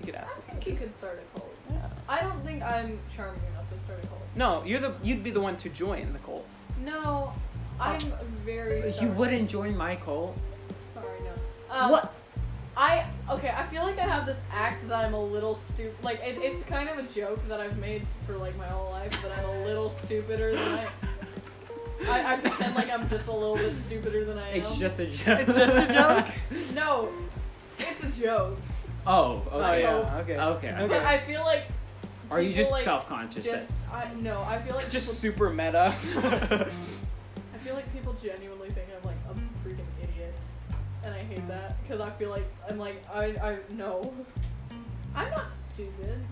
[SPEAKER 1] he could, he could
[SPEAKER 2] I
[SPEAKER 1] absolutely.
[SPEAKER 2] think you could start a cult.
[SPEAKER 1] Yeah.
[SPEAKER 2] I don't think I'm charming enough to start a cult.
[SPEAKER 1] No, you're the you'd be the one to join the cult.
[SPEAKER 2] No, I'm very.
[SPEAKER 3] Oh. you
[SPEAKER 2] stubborn.
[SPEAKER 3] wouldn't join my cult.
[SPEAKER 2] Sorry, no. Um,
[SPEAKER 3] what?
[SPEAKER 2] I okay. I feel like I have this act that I'm a little stupid. Like it, it's kind of a joke that I've made for like my whole life that I'm a little stupider than I. I, I pretend like I'm just a little bit stupider than I am.
[SPEAKER 3] It's just a joke.
[SPEAKER 1] It's just a joke.
[SPEAKER 2] no, it's a joke.
[SPEAKER 3] oh, okay.
[SPEAKER 1] Oh yeah. Okay.
[SPEAKER 3] Okay.
[SPEAKER 1] Okay.
[SPEAKER 2] But I feel like.
[SPEAKER 3] Are you
[SPEAKER 2] people,
[SPEAKER 3] just
[SPEAKER 2] like,
[SPEAKER 3] self-conscious?
[SPEAKER 2] Gen-
[SPEAKER 3] that-
[SPEAKER 2] I, no, I feel like
[SPEAKER 1] Just
[SPEAKER 2] people,
[SPEAKER 1] super meta.
[SPEAKER 2] I feel like people genuinely think I'm like a freaking idiot, and I hate that because I feel like I'm like I I no, I'm not stupid.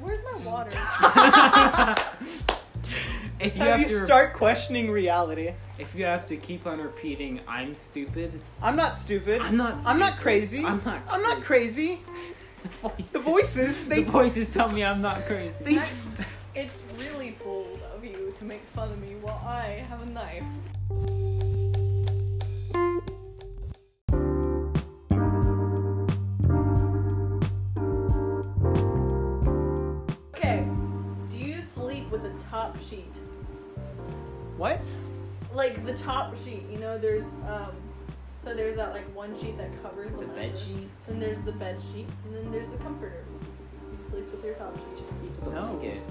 [SPEAKER 2] Where's my water?
[SPEAKER 3] if you
[SPEAKER 1] How
[SPEAKER 3] have
[SPEAKER 1] you
[SPEAKER 3] to,
[SPEAKER 1] start questioning reality.
[SPEAKER 3] if you have to keep on repeating, I'm stupid.
[SPEAKER 1] I'm not stupid.
[SPEAKER 3] I'm not. Stupid.
[SPEAKER 1] I'm not crazy.
[SPEAKER 3] I'm not.
[SPEAKER 1] I'm not crazy.
[SPEAKER 3] crazy.
[SPEAKER 1] The voices, they
[SPEAKER 3] the voices tell me I'm not crazy.
[SPEAKER 1] They-
[SPEAKER 2] That's- it's really bold of you to make fun of me while I have a knife. Okay, do you sleep with a top sheet?
[SPEAKER 1] What?
[SPEAKER 2] Like the top sheet, you know, there's um so there's that like one sheet that covers the,
[SPEAKER 3] The bed
[SPEAKER 2] mattress.
[SPEAKER 3] sheet.
[SPEAKER 2] Then there's the bed sheet, and then there's the comforter. You sleep with your top sheet.
[SPEAKER 3] Just keep the
[SPEAKER 1] No.
[SPEAKER 3] blanket.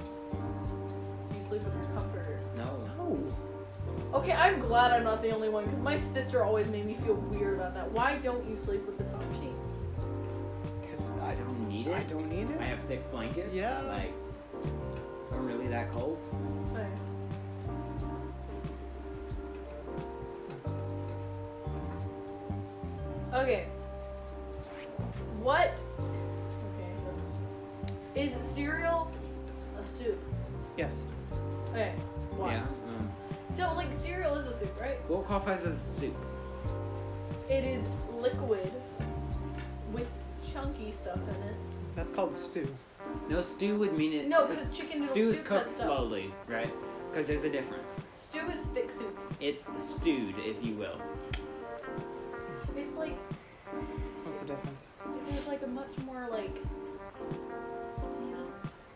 [SPEAKER 2] You sleep with your comforter.
[SPEAKER 3] No.
[SPEAKER 1] No.
[SPEAKER 2] Okay, I'm glad I'm not the only one because my sister always made me feel weird about that. Why don't you sleep with the top sheet?
[SPEAKER 3] Because I don't need it.
[SPEAKER 1] I don't need
[SPEAKER 3] I
[SPEAKER 1] it.
[SPEAKER 3] have thick blankets.
[SPEAKER 1] Yeah.
[SPEAKER 3] Like, I'm really that cold.
[SPEAKER 2] Okay. Okay. What? Okay. that's- Is cereal a soup?
[SPEAKER 1] Yes.
[SPEAKER 2] Okay. Why?
[SPEAKER 3] Yeah. Um,
[SPEAKER 2] So like cereal is a soup, right?
[SPEAKER 3] what qualifies as a soup?
[SPEAKER 2] It is liquid with chunky stuff in it.
[SPEAKER 1] That's called stew.
[SPEAKER 3] No, stew would mean it.
[SPEAKER 2] No, because chicken noodle
[SPEAKER 3] stew is
[SPEAKER 2] soup
[SPEAKER 3] cooked
[SPEAKER 2] has stuff.
[SPEAKER 3] slowly, right? Because there's a difference.
[SPEAKER 2] Stew is thick soup.
[SPEAKER 3] It's stewed, if you will.
[SPEAKER 2] It's like
[SPEAKER 1] What's the difference?
[SPEAKER 2] it was like a much more like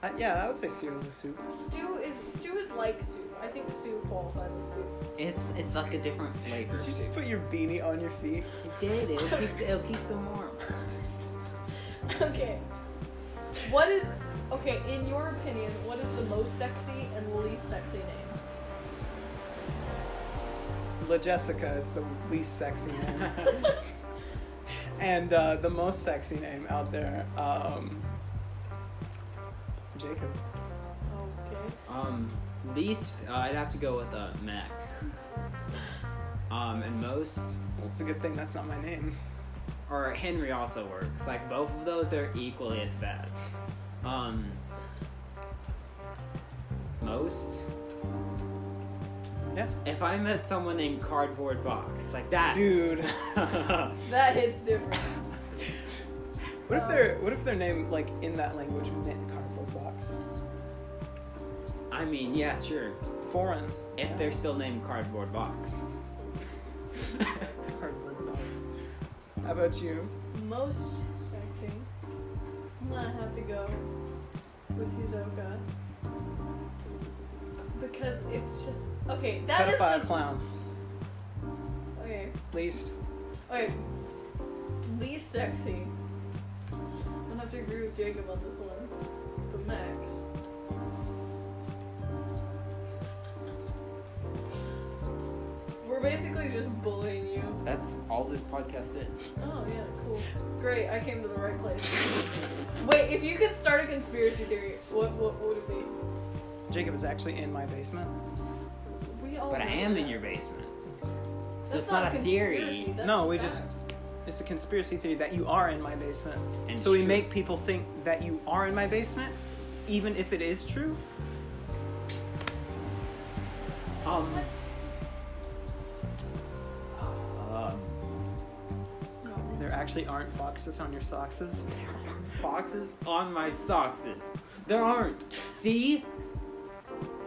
[SPEAKER 1] Uh, yeah, I would say stew is a soup.
[SPEAKER 2] stew is stew is like soup. I think stew qualifies as stew.
[SPEAKER 3] It's it's like a different flavor.
[SPEAKER 1] Did you just put your beanie on your feet?
[SPEAKER 3] It did. It'll keep, it'll keep them warm.
[SPEAKER 2] okay. What is okay, in your opinion, what is the most sexy and least sexy name?
[SPEAKER 1] La Jessica is the least sexy name. and uh, the most sexy name out there, um, Jacob.
[SPEAKER 2] Okay.
[SPEAKER 3] um, least uh, I'd have to go with uh, Max. Um, and most
[SPEAKER 1] Well, it's a good thing that's not my name.
[SPEAKER 3] or Henry also works. Like both of those are equally as bad. Um, most.
[SPEAKER 1] Yeah.
[SPEAKER 3] If I met someone named Cardboard Box, like that.
[SPEAKER 1] Dude,
[SPEAKER 2] That hits different.
[SPEAKER 1] what if their what if their name like in that language meant cardboard box?
[SPEAKER 3] I mean, yeah, sure.
[SPEAKER 1] Foreign.
[SPEAKER 3] If
[SPEAKER 1] Yeah.
[SPEAKER 3] they're still named Cardboard Box.
[SPEAKER 1] cardboard box. How about you?
[SPEAKER 2] Most sexy. I'm gonna have to go with Hisoka. Because it's just okay, that is
[SPEAKER 1] Pedophile
[SPEAKER 2] the-
[SPEAKER 1] clown.
[SPEAKER 2] okay.
[SPEAKER 1] Least.
[SPEAKER 2] Okay. Least sexy. I'll have to agree with Jacob on this one. But Max. We're basically just bullying you.
[SPEAKER 3] That's all this podcast is.
[SPEAKER 2] Oh yeah, cool. Great, I came to the right place. Wait, if you could start a conspiracy theory, what what, what would it be?
[SPEAKER 1] Jacob is actually in my basement.
[SPEAKER 2] We all
[SPEAKER 3] But I
[SPEAKER 2] know
[SPEAKER 3] am in
[SPEAKER 2] that.
[SPEAKER 3] your basement. So
[SPEAKER 2] That's
[SPEAKER 3] it's not, a
[SPEAKER 2] conspiracy,
[SPEAKER 3] theory.
[SPEAKER 2] that's
[SPEAKER 1] no,
[SPEAKER 2] a
[SPEAKER 1] we
[SPEAKER 2] fact.
[SPEAKER 1] just it's a conspiracy theory that you are in my basement.
[SPEAKER 3] And
[SPEAKER 1] so we
[SPEAKER 3] true.
[SPEAKER 1] make people think that you are in my basement, even if it is true.
[SPEAKER 3] Um. Um.
[SPEAKER 2] No.
[SPEAKER 1] There actually aren't foxes on your sockses.
[SPEAKER 3] Foxes on my sockses. There aren't. See?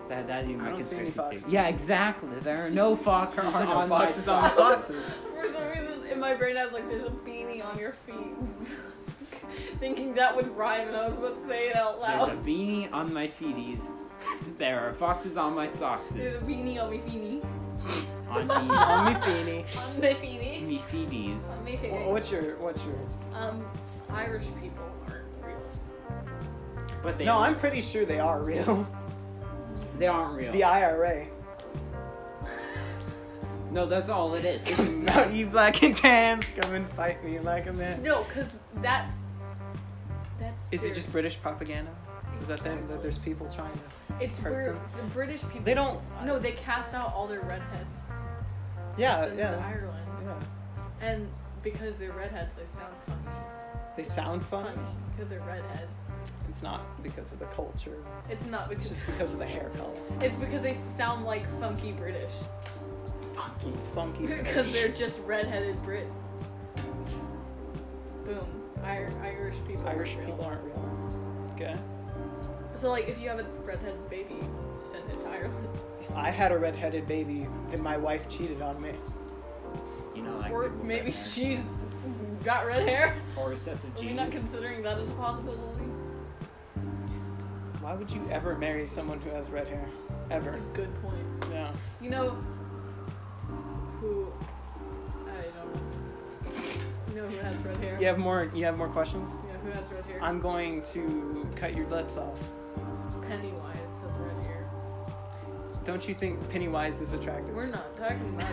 [SPEAKER 4] That that even
[SPEAKER 1] I
[SPEAKER 4] my
[SPEAKER 1] don't see any
[SPEAKER 4] conspiracy
[SPEAKER 1] foxes.
[SPEAKER 4] theory. Yeah, exactly. There are no foxes
[SPEAKER 1] There are no
[SPEAKER 4] on my-
[SPEAKER 1] foxes on the foxes.
[SPEAKER 2] For some reason, in my brain, I was like, "There's a beanie on your feet," thinking that would rhyme, and I was about to say it out
[SPEAKER 4] There's a
[SPEAKER 2] loud.
[SPEAKER 4] beanie on my feeties. There are foxes on my socks.
[SPEAKER 2] There's a, beanie on me feeny.
[SPEAKER 4] On me,
[SPEAKER 1] On me beanie.
[SPEAKER 2] On me feeny.
[SPEAKER 4] me feeties.
[SPEAKER 2] On me
[SPEAKER 1] Wh-
[SPEAKER 2] feeny.
[SPEAKER 1] What's your what's your?
[SPEAKER 2] Um, Irish people aren't real.
[SPEAKER 4] But they
[SPEAKER 1] No,
[SPEAKER 4] aren't,
[SPEAKER 1] I'm pretty sure they are real.
[SPEAKER 4] they aren't real.
[SPEAKER 1] The IRA.
[SPEAKER 4] No, that's all it is. It's just
[SPEAKER 1] No, you black and tans, come and fight me like a man.
[SPEAKER 2] No, cause that's that's.
[SPEAKER 1] Is it
[SPEAKER 2] their-
[SPEAKER 1] just British propaganda? Is that that, that there's people trying to?
[SPEAKER 2] It's
[SPEAKER 1] hurt
[SPEAKER 2] where
[SPEAKER 1] them?
[SPEAKER 2] the British people.
[SPEAKER 1] They don't.
[SPEAKER 2] No, they cast out all their redheads.
[SPEAKER 1] Yeah,
[SPEAKER 2] send them to
[SPEAKER 1] yeah,
[SPEAKER 2] Ireland,
[SPEAKER 1] yeah.
[SPEAKER 2] and because they're redheads, they sound funny.
[SPEAKER 1] They sound fun.
[SPEAKER 2] Funny, because they're redheads.
[SPEAKER 1] It's not because of the culture.
[SPEAKER 2] It's not.
[SPEAKER 1] It's just because of the hair color.
[SPEAKER 2] It's because they sound like funky British.
[SPEAKER 1] Funky, funky.
[SPEAKER 2] Because they're just redheaded Brits. Boom. Ir- Irish people. are
[SPEAKER 1] Irish
[SPEAKER 2] real.
[SPEAKER 1] people aren't real. Okay.
[SPEAKER 2] So, like, if you have a redheaded baby, send it to Ireland.
[SPEAKER 1] If I had a redheaded baby and my wife cheated on me,
[SPEAKER 3] You know, like
[SPEAKER 2] or
[SPEAKER 3] people with
[SPEAKER 2] maybe
[SPEAKER 3] red hair.
[SPEAKER 2] she's got red hair.
[SPEAKER 3] or excessive
[SPEAKER 2] Are we
[SPEAKER 3] genes.
[SPEAKER 2] not considering that as a possibility?
[SPEAKER 1] why would you ever marry someone who has red hair?
[SPEAKER 2] That's
[SPEAKER 1] Ever?
[SPEAKER 2] a good point.
[SPEAKER 1] Yeah.
[SPEAKER 2] You know who? I don't know. You know who has red hair?
[SPEAKER 1] You have more. You have more questions.
[SPEAKER 2] You know who has red hair?
[SPEAKER 1] I'm going to cut your lips off.
[SPEAKER 2] Pennywise has red hair.
[SPEAKER 1] Don't you think Pennywise is attractive?
[SPEAKER 2] We're not talking about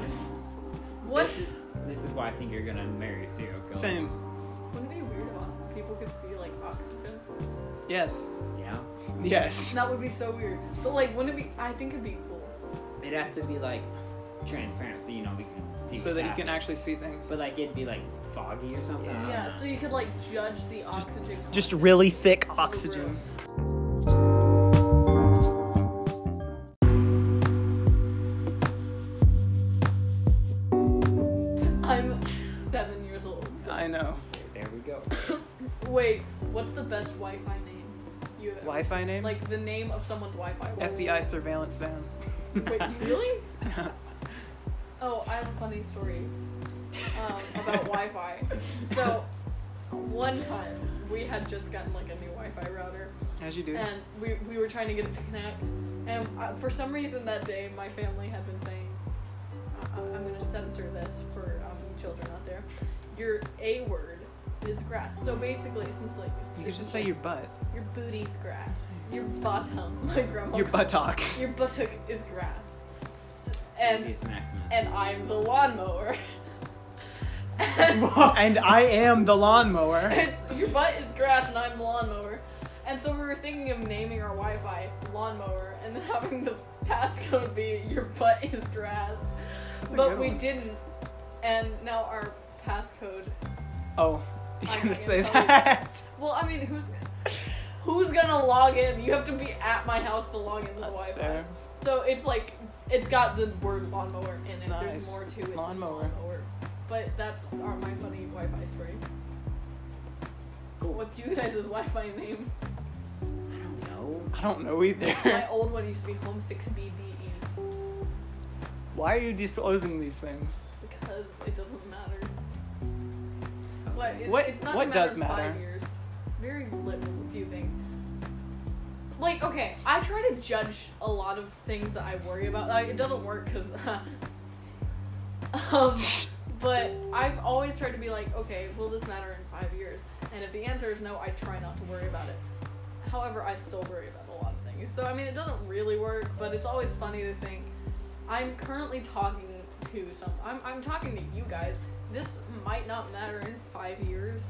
[SPEAKER 1] Same.
[SPEAKER 2] What?
[SPEAKER 3] This is, this is why I think you're gonna marry a serial killer.
[SPEAKER 2] Wouldn't it be weird if people could see like oxygen?
[SPEAKER 1] Yes.
[SPEAKER 3] Yeah.
[SPEAKER 1] Yes.
[SPEAKER 2] That would be so weird. But like, wouldn't it be? I think it'd be cool.
[SPEAKER 4] it'd have to be like
[SPEAKER 3] Transparent, so you know we can see.
[SPEAKER 1] So that you
[SPEAKER 3] what's
[SPEAKER 1] can
[SPEAKER 3] happening.
[SPEAKER 1] actually see things.
[SPEAKER 3] But like it'd be like foggy or something. I don't
[SPEAKER 2] Yeah.
[SPEAKER 3] know.
[SPEAKER 2] So you could like judge the oxygen.
[SPEAKER 1] Just
[SPEAKER 2] content.
[SPEAKER 1] really thick oxygen.
[SPEAKER 2] I'm seven years old.
[SPEAKER 1] I know.
[SPEAKER 3] There we go.
[SPEAKER 2] Wait, what's the best Wi-Fi name you have?
[SPEAKER 1] Wi-Fi name?
[SPEAKER 2] Like the name of someone's Wi-Fi. What is
[SPEAKER 1] FBI surveillance van.
[SPEAKER 2] it? Wait, really? Oh, I have a funny story um, about Wi-Fi. So, one time we had just gotten like a new Wi-Fi router,
[SPEAKER 1] As you do.
[SPEAKER 2] and we, we were trying to get it to connect. And uh, for some reason that day, my family had been saying, I- I- "I'm going to censor this for um, you children out there. Your A word is grass. So basically, since like
[SPEAKER 1] You could just say your butt.
[SPEAKER 2] your booty's grass, your bottom, my grandma,
[SPEAKER 1] Your buttocks.
[SPEAKER 2] your buttock is grass, S- and
[SPEAKER 3] Deus Maximus.
[SPEAKER 2] and I'm the lawnmower. and
[SPEAKER 1] and I am the lawnmower.
[SPEAKER 2] it's, your butt is grass and I'm the lawnmower. And so we were thinking of naming our Wi-Fi lawnmower and then having the passcode be your butt is grass.
[SPEAKER 1] a
[SPEAKER 2] But
[SPEAKER 1] good
[SPEAKER 2] we
[SPEAKER 1] one.
[SPEAKER 2] didn't. And now our passcode
[SPEAKER 1] Oh, you
[SPEAKER 2] I'm
[SPEAKER 1] gonna
[SPEAKER 2] not
[SPEAKER 1] say
[SPEAKER 2] gonna tell you.
[SPEAKER 1] that?
[SPEAKER 2] Well, I mean, who's who's gonna log in? You have to be at my house to log into the
[SPEAKER 1] That's
[SPEAKER 2] Wi-Fi.
[SPEAKER 1] fair.
[SPEAKER 2] So it's like it's got the word lawnmower in it.
[SPEAKER 1] Nice.
[SPEAKER 2] There's more to it. than
[SPEAKER 1] Lawnmower.
[SPEAKER 2] But that's our, my funny Wi-Fi story.
[SPEAKER 3] Cool.
[SPEAKER 2] What's you guys' Wi-Fi name?
[SPEAKER 3] I don't know.
[SPEAKER 1] I don't know either.
[SPEAKER 2] my old one used to be Home6BDE
[SPEAKER 1] Why are you disclosing these things?
[SPEAKER 2] because it doesn't matter. What, it's,
[SPEAKER 1] What-
[SPEAKER 2] it's not
[SPEAKER 1] what
[SPEAKER 2] to
[SPEAKER 1] does
[SPEAKER 2] in Five
[SPEAKER 1] matter?
[SPEAKER 2] years. Very little few things. Like okay, I try to judge a lot of things that I worry about. Like, it doesn't work because. um, but I've always tried to be like, okay, will this matter in five years? And if the answer is no, I try not to worry about it. However, I still worry about a lot of things. So I mean, it doesn't really work, but it's always funny to think. I'm currently talking to some. I'm I'm talking to you guys. This might not matter in five years.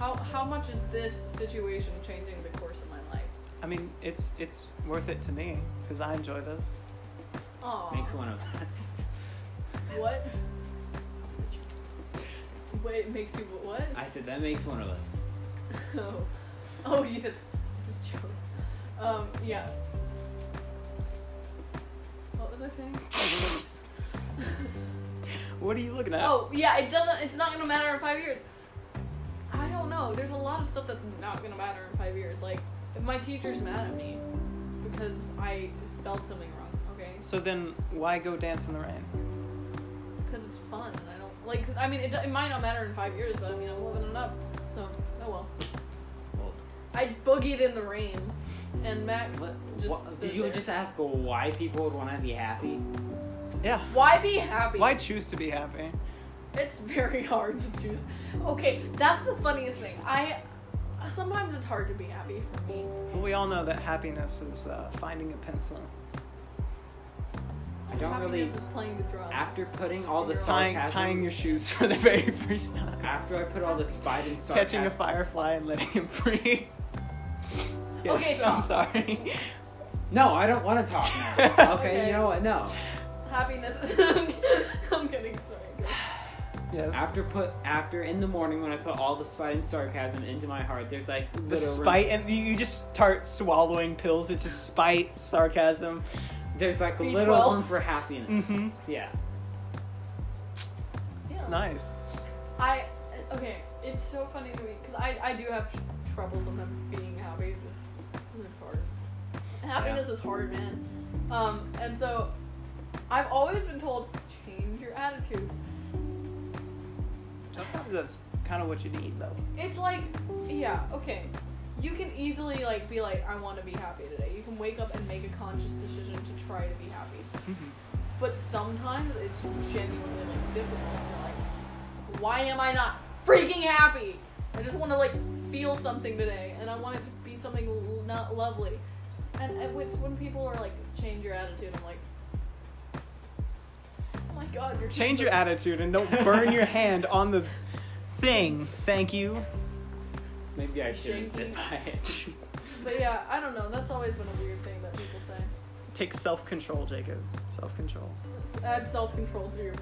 [SPEAKER 2] How how much is this situation changing the course of my life?
[SPEAKER 1] I mean, it's it's worth it to me because I enjoy this.
[SPEAKER 2] Oh,
[SPEAKER 3] Makes one of us.
[SPEAKER 2] what? Wait, makes you what?
[SPEAKER 3] I said that makes one of us.
[SPEAKER 2] Oh, oh, you said it's a joke. Um, yeah. What was I saying?
[SPEAKER 1] What are you looking at?
[SPEAKER 2] Oh, yeah, it doesn't, it's not gonna matter in five years. I don't know. There's a lot of stuff that's not gonna matter in five years. Like, if my teacher's mad at me, because I spelled something wrong. Okay,
[SPEAKER 1] So then, why go dance in the rain?
[SPEAKER 2] because it's fun, and I don't like. I mean, it, do- it might not matter in five years, but I mean, I'm living it up. So oh well.
[SPEAKER 3] Well-
[SPEAKER 2] I boogied in the rain, and Max
[SPEAKER 3] What,
[SPEAKER 2] just.
[SPEAKER 3] what-
[SPEAKER 2] stood
[SPEAKER 3] did you
[SPEAKER 2] there.
[SPEAKER 3] just ask why people would want to be happy?
[SPEAKER 1] Yeah.
[SPEAKER 2] Why be happy?
[SPEAKER 1] Why choose to be happy?
[SPEAKER 2] It's very hard to choose. Okay, that's the funniest thing. I sometimes it's hard to be happy for me.
[SPEAKER 1] Well, we all know that happiness is uh, finding a pencil.
[SPEAKER 3] I don't
[SPEAKER 2] Happiness
[SPEAKER 3] really.
[SPEAKER 2] is playing the drums.
[SPEAKER 3] After putting all the
[SPEAKER 2] You're
[SPEAKER 1] Tying,
[SPEAKER 3] sarcasm,
[SPEAKER 1] tying your shoes for the very first time.
[SPEAKER 3] after I put all the spite and sarcasm,
[SPEAKER 1] Catching a firefly and letting him free. yes,
[SPEAKER 2] Okay,
[SPEAKER 1] I'm
[SPEAKER 2] stop.
[SPEAKER 1] sorry.
[SPEAKER 3] No, I don't want to talk now. okay,
[SPEAKER 2] Okay.
[SPEAKER 3] you know what? No.
[SPEAKER 2] happiness. I'm kidding. Sorry.
[SPEAKER 1] yes.
[SPEAKER 3] After put after in the morning when I put all the spite and sarcasm into my heart, there's like
[SPEAKER 1] The
[SPEAKER 3] little room-
[SPEAKER 1] spite, and you- you just start swallowing pills. It's just spite, sarcasm.
[SPEAKER 3] There's like a
[SPEAKER 2] B12.
[SPEAKER 3] little room for happiness.
[SPEAKER 1] Mhm.
[SPEAKER 3] Yeah.
[SPEAKER 2] Yeah.
[SPEAKER 1] It's nice.
[SPEAKER 2] I okay. It's so funny to me because I I do have tr- trouble sometimes being happy. It's just it's hard. Happiness is hard, man. Um, and so I've always been told change your attitude.
[SPEAKER 1] Sometimes that's kind of what you need, though.
[SPEAKER 2] It's like yeah okay. You can easily like be like I want to be happy today. You can wake up and make a conscious decision to try to be happy. But sometimes it's genuinely like difficult. You're like, why am I not freaking happy? I just want to like feel something today, and I want it to be something l- not lovely. And, and when, when people are like, change your attitude, I'm like, oh my god, you're
[SPEAKER 1] Change your attitude and don't burn your hand on the thing. Thank you.
[SPEAKER 3] Maybe I shouldn't sit by it.
[SPEAKER 2] But yeah, I don't know. That's always been a weird thing that people say.
[SPEAKER 1] Take self control, Jacob. Self control.
[SPEAKER 2] Let's add self control to your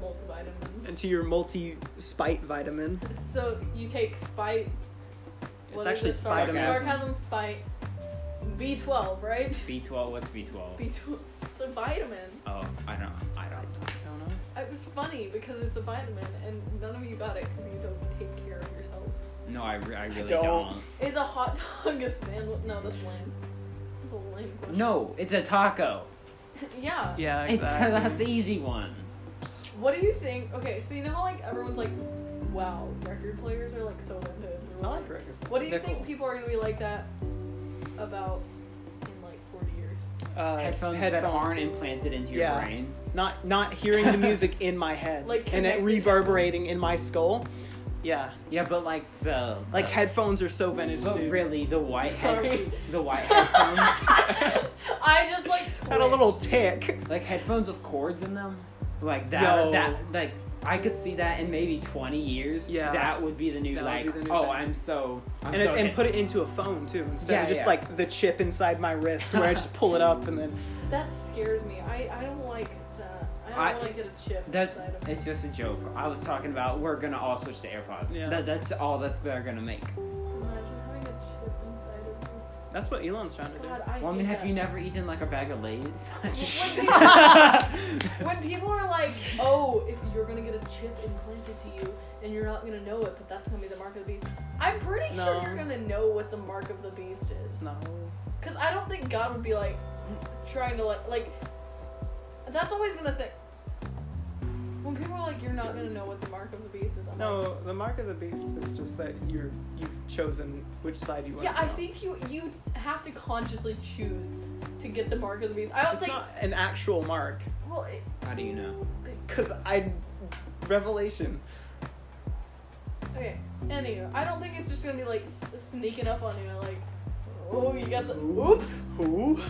[SPEAKER 2] multivitamins.
[SPEAKER 1] And to your multi spite vitamin.
[SPEAKER 2] So you take spite.
[SPEAKER 1] It's
[SPEAKER 2] what is
[SPEAKER 1] actually
[SPEAKER 2] it? Sar-
[SPEAKER 1] spitamus.
[SPEAKER 2] Sarcasm, spite. B12, right?
[SPEAKER 3] B12. What's B12?
[SPEAKER 2] B12. It's a vitamin.
[SPEAKER 3] Oh, I don't. I
[SPEAKER 1] I
[SPEAKER 3] don't.
[SPEAKER 1] don't know.
[SPEAKER 2] It was funny because it's a vitamin, and none of you got it because you don't take care of yourself.
[SPEAKER 3] No, I, re- I really
[SPEAKER 1] don't.
[SPEAKER 2] Is a hot dog a sandwich? No, that's lame. That's a lame question.
[SPEAKER 3] No, it's a taco.
[SPEAKER 2] yeah.
[SPEAKER 1] Yeah,
[SPEAKER 3] It's
[SPEAKER 1] exactly.
[SPEAKER 3] that's the easy one.
[SPEAKER 2] What do you think? Okay, so you know how like everyone's like, wow, record players are like so limited.
[SPEAKER 1] I like uh, record.
[SPEAKER 2] What do you
[SPEAKER 3] They're
[SPEAKER 2] think
[SPEAKER 3] cool.
[SPEAKER 2] people are gonna be like that about in like 40 years?
[SPEAKER 1] Uh,
[SPEAKER 3] headphones, that aren't implanted into your
[SPEAKER 1] Yeah.
[SPEAKER 3] brain.
[SPEAKER 1] not not hearing the music in my head
[SPEAKER 2] Like
[SPEAKER 1] and it
[SPEAKER 2] connected.
[SPEAKER 1] reverberating in my skull. Yeah,
[SPEAKER 3] Yeah, but like the
[SPEAKER 1] like
[SPEAKER 3] the,
[SPEAKER 1] headphones are so vintage,
[SPEAKER 3] But
[SPEAKER 1] dude.
[SPEAKER 3] really, the white
[SPEAKER 2] Sorry.
[SPEAKER 3] head, the white headphones,
[SPEAKER 2] I just like.
[SPEAKER 1] Had a
[SPEAKER 2] twitched.
[SPEAKER 1] little tick.
[SPEAKER 3] like headphones with cords in them, like that.
[SPEAKER 1] Yo.
[SPEAKER 3] That like I could see that in maybe twenty years.
[SPEAKER 1] Yeah.
[SPEAKER 3] that would be the new
[SPEAKER 1] That would
[SPEAKER 3] like.
[SPEAKER 1] be the new
[SPEAKER 3] oh,
[SPEAKER 1] thing.
[SPEAKER 3] I'm so. I'm
[SPEAKER 1] And,
[SPEAKER 3] so
[SPEAKER 1] it, and
[SPEAKER 3] hip."
[SPEAKER 1] put it into a phone too, instead
[SPEAKER 3] Yeah,
[SPEAKER 1] of just
[SPEAKER 3] yeah.
[SPEAKER 1] like the chip inside my wrist where I just pull it up and then.
[SPEAKER 2] That scares me. I, I don't like that. I
[SPEAKER 3] I-
[SPEAKER 2] don't want to get a chip.
[SPEAKER 3] That's
[SPEAKER 2] inside of me.
[SPEAKER 3] it's just a joke. I was talking about we're gonna all switch to AirPods.
[SPEAKER 1] Yeah.
[SPEAKER 3] That, that's all that's they're gonna make.
[SPEAKER 2] Imagine having a chip inside of
[SPEAKER 1] That's what Elon's trying to
[SPEAKER 2] me.
[SPEAKER 1] do.
[SPEAKER 2] God, I
[SPEAKER 3] Well, I mean,
[SPEAKER 2] hate
[SPEAKER 3] have you
[SPEAKER 2] that.
[SPEAKER 3] never eaten like a bag of Lay's?
[SPEAKER 2] When people are like, "Oh, if you're gonna get a chip implanted to you, and you're not gonna know it, but that's gonna be the mark of the beast," I'm pretty
[SPEAKER 1] No.
[SPEAKER 2] sure you're gonna know what the mark of the beast is.
[SPEAKER 1] No.
[SPEAKER 2] Cause I don't think God would be like trying to like like. That's always been a thing. When people are like, "You're not gonna know what the mark of the beast is," I'm like,
[SPEAKER 1] No, the mark of the beast is just that you're you've chosen which side you want.
[SPEAKER 2] yeah,
[SPEAKER 1] to
[SPEAKER 2] I
[SPEAKER 1] be on.
[SPEAKER 2] think you you have to consciously choose to get the mark of the beast. I don't
[SPEAKER 1] it's
[SPEAKER 2] think.
[SPEAKER 1] not an actual mark
[SPEAKER 2] Well, it,
[SPEAKER 3] How do you know?
[SPEAKER 1] because I revelation.
[SPEAKER 2] okay. Anywho, I don't think it's just gonna be like s- sneaking up on you and like, oh, you got the oops.
[SPEAKER 1] Who?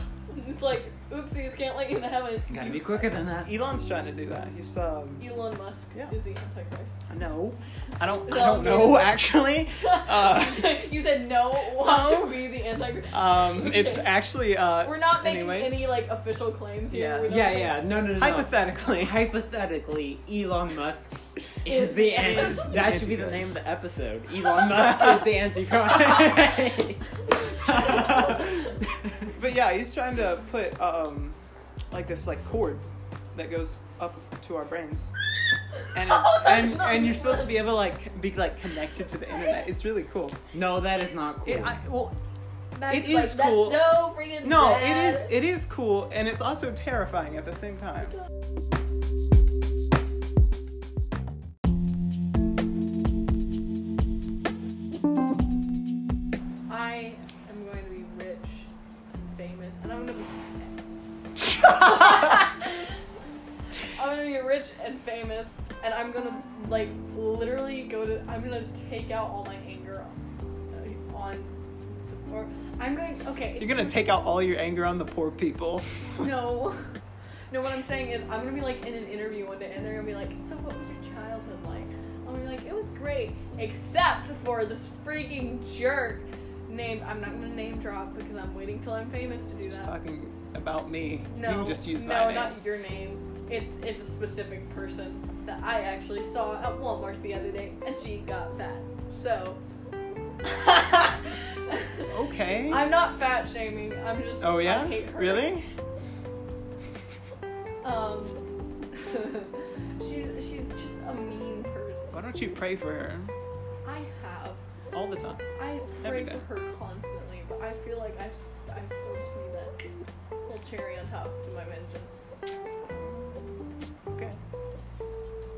[SPEAKER 2] It's like oopsies can't let you into heaven.
[SPEAKER 3] You gotta be quicker than that.
[SPEAKER 1] Elon's trying to do that. He's um.
[SPEAKER 2] Elon Musk
[SPEAKER 1] Yeah.
[SPEAKER 2] is the Antichrist.
[SPEAKER 1] No, I don't. I
[SPEAKER 2] No,
[SPEAKER 1] don't
[SPEAKER 2] me
[SPEAKER 1] know
[SPEAKER 2] neither.
[SPEAKER 1] actually. Uh,
[SPEAKER 2] you said no. Watch
[SPEAKER 1] No.
[SPEAKER 2] him be the Antichrist.
[SPEAKER 1] Um,
[SPEAKER 2] Okay.
[SPEAKER 1] it's actually. Uh,
[SPEAKER 2] We're not making
[SPEAKER 1] anyways,
[SPEAKER 2] any like official claims here.
[SPEAKER 1] Yeah.
[SPEAKER 2] We don't
[SPEAKER 3] Yeah,
[SPEAKER 2] think-
[SPEAKER 3] yeah, no, no, no. no.
[SPEAKER 1] Hypothetically,
[SPEAKER 3] Hypothetically, Elon Musk is the
[SPEAKER 1] Is
[SPEAKER 3] anti.
[SPEAKER 1] the
[SPEAKER 3] That should be the
[SPEAKER 1] Antichrist.
[SPEAKER 3] name of the episode. Elon Musk is the antichrist.
[SPEAKER 1] but yeah, he's trying to put um, like this like cord that goes up to our brains, and it's,
[SPEAKER 2] Oh, that's
[SPEAKER 1] and
[SPEAKER 2] not
[SPEAKER 1] and you're
[SPEAKER 2] good.
[SPEAKER 1] supposed to be able to like be like connected to the internet. It's really cool.
[SPEAKER 3] no, that is not cool.
[SPEAKER 1] It, I, well,
[SPEAKER 2] back.
[SPEAKER 1] It
[SPEAKER 2] like,
[SPEAKER 1] is cool.
[SPEAKER 2] That's so freaking
[SPEAKER 1] No, it
[SPEAKER 2] bad.
[SPEAKER 1] is it is cool and it's also terrifying at the same time.
[SPEAKER 2] I am going to be rich and famous, and I'm gonna be. I'm gonna be rich and famous, and I'm gonna like literally go to. I'm gonna take out all my anger on. on the poor. I'm going. Okay. it's
[SPEAKER 1] You're gonna take out all your anger on the poor people.
[SPEAKER 2] No. No, what I'm saying is I'm gonna be like in an interview one day and they're gonna be like, So what was your childhood like? I'm gonna be like, It was great, except for this freaking jerk named I'm not gonna name drop because I'm waiting till I'm famous to do
[SPEAKER 1] Just
[SPEAKER 2] that.
[SPEAKER 1] talking about me.
[SPEAKER 2] No,
[SPEAKER 1] you can just use
[SPEAKER 2] no,
[SPEAKER 1] my name.
[SPEAKER 2] not your name. It's it's a specific person that I actually saw at Walmart the other day and she got fat. So
[SPEAKER 1] Okay.
[SPEAKER 2] I'm not fat shaming. I'm just
[SPEAKER 1] oh yeah?
[SPEAKER 2] I hate her.
[SPEAKER 1] Really?
[SPEAKER 2] Um, she's she's just a mean person.
[SPEAKER 1] Why don't you pray for her
[SPEAKER 2] I have
[SPEAKER 1] all the time?
[SPEAKER 2] I
[SPEAKER 1] Every
[SPEAKER 2] pray
[SPEAKER 1] day.
[SPEAKER 2] for her constantly, but I feel like I, s- I still just need that little cherry on top to my vengeance.
[SPEAKER 1] Okay.
[SPEAKER 2] I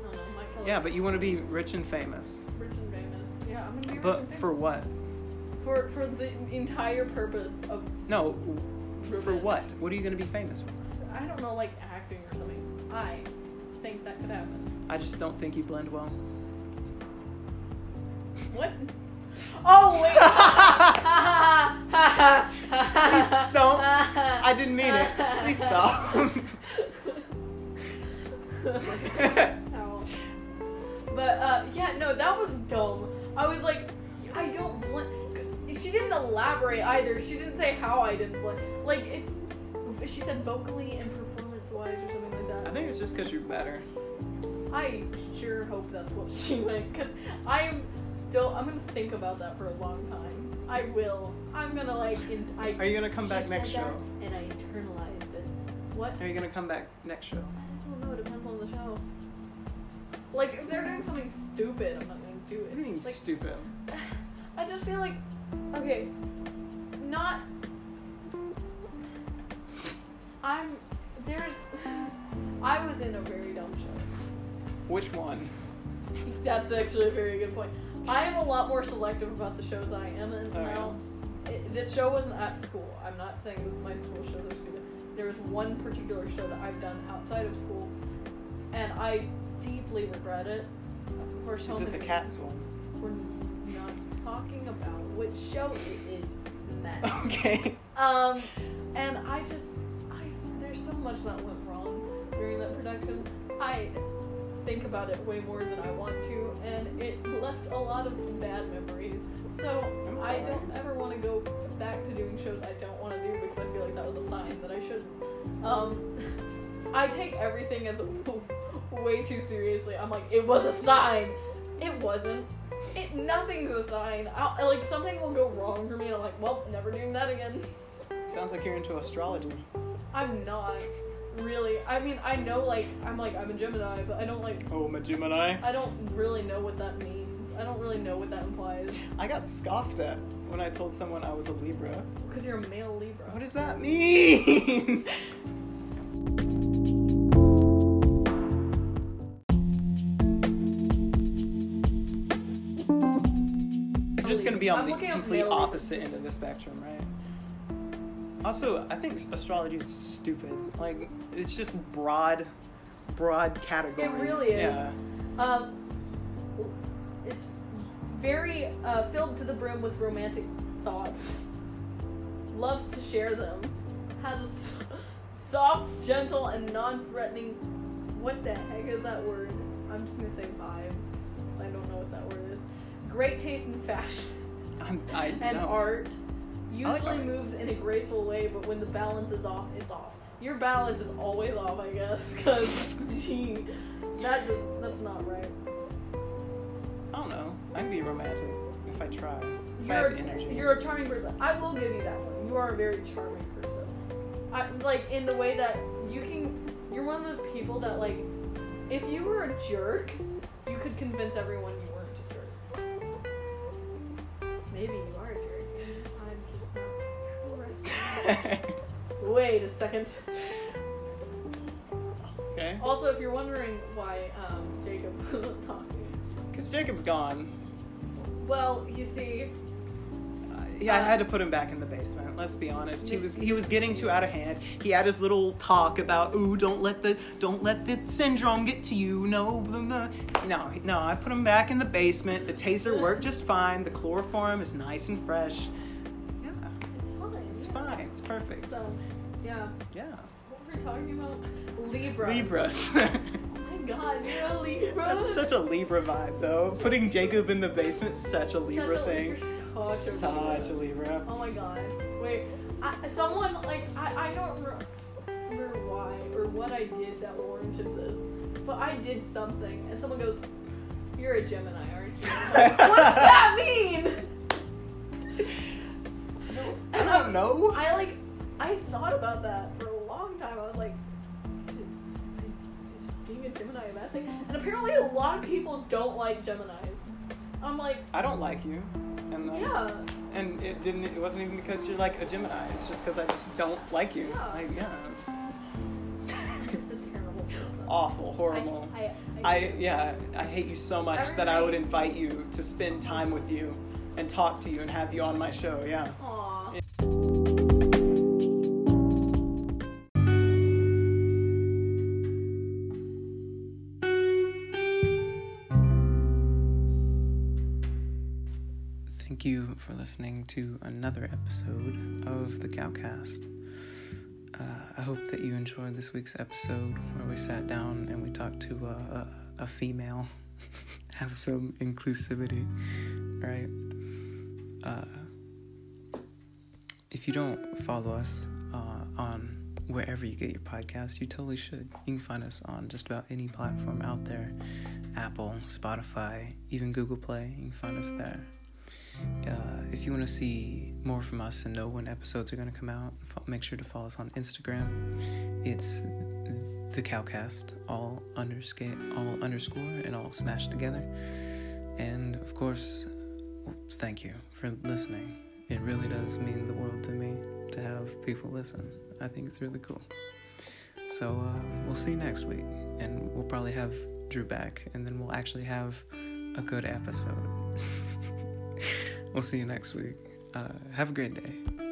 [SPEAKER 2] don't know, my color-
[SPEAKER 1] Yeah, but you want to be rich and famous.
[SPEAKER 2] rich and famous. Yeah, I'm gonna be rich
[SPEAKER 1] But
[SPEAKER 2] and
[SPEAKER 1] for
[SPEAKER 2] famous.
[SPEAKER 1] what?
[SPEAKER 2] for for the entire purpose of
[SPEAKER 1] No, for
[SPEAKER 2] Revenge.
[SPEAKER 1] what? What are you gonna be famous for?
[SPEAKER 2] I don't know like acting or something. I think that could happen.
[SPEAKER 1] I just don't think you blend well.
[SPEAKER 2] What? Oh wait. Please
[SPEAKER 1] Please don't. I didn't mean it. Please stop.
[SPEAKER 2] Ow. But uh, yeah, no, that was dumb. I was like, I don't want. She didn't elaborate either. She didn't say how I didn't want. Like if, if she said vocally and performance-wise or something like
[SPEAKER 1] I
[SPEAKER 2] that.
[SPEAKER 1] think it's just because you're better.
[SPEAKER 2] I sure hope that's what she meant, cause I am still. I'm gonna think about that for a long time. I will. I'm gonna like. In, I,
[SPEAKER 1] Are you gonna come
[SPEAKER 2] she
[SPEAKER 1] back
[SPEAKER 2] said
[SPEAKER 1] next
[SPEAKER 2] that,
[SPEAKER 1] show?
[SPEAKER 2] And I internalized it. What?
[SPEAKER 1] Are you gonna come back next show?
[SPEAKER 2] I don't know. It depends on the show. Like if they're doing something stupid, I'm not gonna do
[SPEAKER 1] What
[SPEAKER 2] it.
[SPEAKER 1] do you mean
[SPEAKER 2] like,
[SPEAKER 1] stupid?
[SPEAKER 2] I just feel like, okay, not. I'm there's. I was in a very dumb show.
[SPEAKER 1] Which one?
[SPEAKER 2] That's actually a very good point. I am a lot more selective about the shows I am in
[SPEAKER 1] Oh,
[SPEAKER 2] now. It, this show wasn't at school. I'm not saying it was my school show that was stupid. There was one particular show that I've done outside of school, and I deeply regret it. Of course,
[SPEAKER 1] Is
[SPEAKER 2] Home
[SPEAKER 1] it the
[SPEAKER 2] and-
[SPEAKER 1] cats one?
[SPEAKER 2] We're not talking about which show it is next.
[SPEAKER 1] Okay.
[SPEAKER 2] Um, and I just, I there's so much that went wrong during that production. I think about it way more than I want to, and it left a lot of bad memories. So
[SPEAKER 1] I'm
[SPEAKER 2] I
[SPEAKER 1] sorry.
[SPEAKER 2] don't ever want to go back to doing shows I don't want to do because I feel like that was a sign that I shouldn't. Um, I take everything as way too seriously. I'm like, it was a sign. It wasn't. It nothing's a sign. I, like something will go wrong for me, and I'm like, well, never doing that again.
[SPEAKER 1] Sounds like you're into astrology.
[SPEAKER 2] I'm not really. I mean, I know like I'm like I'm a Gemini, but I don't like
[SPEAKER 1] Oh, my Gemini.
[SPEAKER 2] I don't really know what that means. I don't really know what that implies
[SPEAKER 1] I got scoffed at when I told someone I was a Libra.
[SPEAKER 2] because you're a male Libra.
[SPEAKER 1] What does that mean? I'm just gonna be on
[SPEAKER 2] I'm
[SPEAKER 1] the
[SPEAKER 2] looking up
[SPEAKER 1] complete
[SPEAKER 2] male-
[SPEAKER 1] opposite end of the spectrum, right? Also, I think astrology is stupid. Like, it's just broad, broad categories.
[SPEAKER 2] really is.
[SPEAKER 1] Yeah.
[SPEAKER 2] Um, it's very uh, filled to the brim with romantic thoughts. Loves to share them. Has a s- soft, gentle, and non-threatening. What the heck is that word? I'm just gonna say vibe. 'cause I don't know what that word is. Great taste in fashion
[SPEAKER 1] I'm, I
[SPEAKER 2] and
[SPEAKER 1] know.
[SPEAKER 2] art.
[SPEAKER 1] I
[SPEAKER 2] Usually
[SPEAKER 1] like art.
[SPEAKER 2] moves in a graceful way, but when the balance is off, it's off. Your balance is always off, I guess, because gee, that just, that's not right.
[SPEAKER 1] I don't know. I can be romantic if I try. If I
[SPEAKER 2] You're,
[SPEAKER 1] have energy.
[SPEAKER 2] you're a charming person. I will give you that one. You are a very charming person. I, like in the way that you can. You're one of those people that like, if you were a jerk, you could convince everyone you weren't a jerk. Maybe you are a jerk. I'm just not. Wait a second.
[SPEAKER 1] okay.
[SPEAKER 2] Also, if you're wondering why um, Jacob wasn't talking,
[SPEAKER 1] Because Jacob's gone.
[SPEAKER 2] well, you see,
[SPEAKER 1] Uh, yeah, I had to put him back in the basement. Let's be honest. He was he was getting too out of hand. He had his little talk about, ooh, don't let the don't let the syndrome get to you. No, blah, blah." no, no. I put him back in the basement. The taser worked just fine. The chloroform is nice and fresh. Yeah,
[SPEAKER 2] it's fine.
[SPEAKER 1] it's fine. It's perfect.
[SPEAKER 2] So, yeah.
[SPEAKER 1] Yeah,
[SPEAKER 2] What were we talking about? Libra.
[SPEAKER 1] Libras.
[SPEAKER 2] Oh my god, you're a Libra.
[SPEAKER 1] That's such a Libra vibe, though. Putting Jacob in the basement, such a Libra
[SPEAKER 2] such a,
[SPEAKER 1] thing.
[SPEAKER 2] You're such a Libra.
[SPEAKER 1] such a Libra.
[SPEAKER 2] Oh my god. Wait, I, someone, like, I, I don't re- remember why or what I did that warranted this, but I did something, and someone goes, You're a Gemini, aren't you? I'm like, what does that mean?
[SPEAKER 1] I don't know.
[SPEAKER 2] I, like, I thought about that for a long time. I was like, "Is it- is being a Gemini a bad thing? And apparently, a lot of people don't like Geminis. I'm like,
[SPEAKER 1] I don't like you. And like,
[SPEAKER 2] yeah,
[SPEAKER 1] and it didn't. It wasn't even because you're like a Gemini. It's just because I just don't like you.
[SPEAKER 2] Yeah.
[SPEAKER 1] Like, yeah, it's
[SPEAKER 2] I'm just a terrible person.
[SPEAKER 1] awful, horrible.
[SPEAKER 2] I, I,
[SPEAKER 1] I yeah, I hate you so much that I would invite you to spend time with you and talk to you and have you on my show. Yeah.
[SPEAKER 2] Aw.
[SPEAKER 1] Thank you for listening to another episode of the Cowcast. Uh, I hope that you enjoyed this week's episode where we sat down and we talked to uh, a, a female. Have some inclusivity, right? Uh, if you don't follow us uh, on wherever you get your podcasts, you totally should. You can find us on just about any platform out there Apple, Spotify, even Google Play. You can find us there. Uh, if you want to see more from us and know when episodes are going to come out, fo- make sure to follow us on Instagram. It's the Cowcast, all underscore, all underscore, and all smashed together. And of course, thank you for listening. It really does mean the world to me to have people listen. I think it's really cool. So uh, we'll see you next week, and we'll probably have Drew back, and then we'll actually have a good episode. we'll see you next week. Uh, have a great day.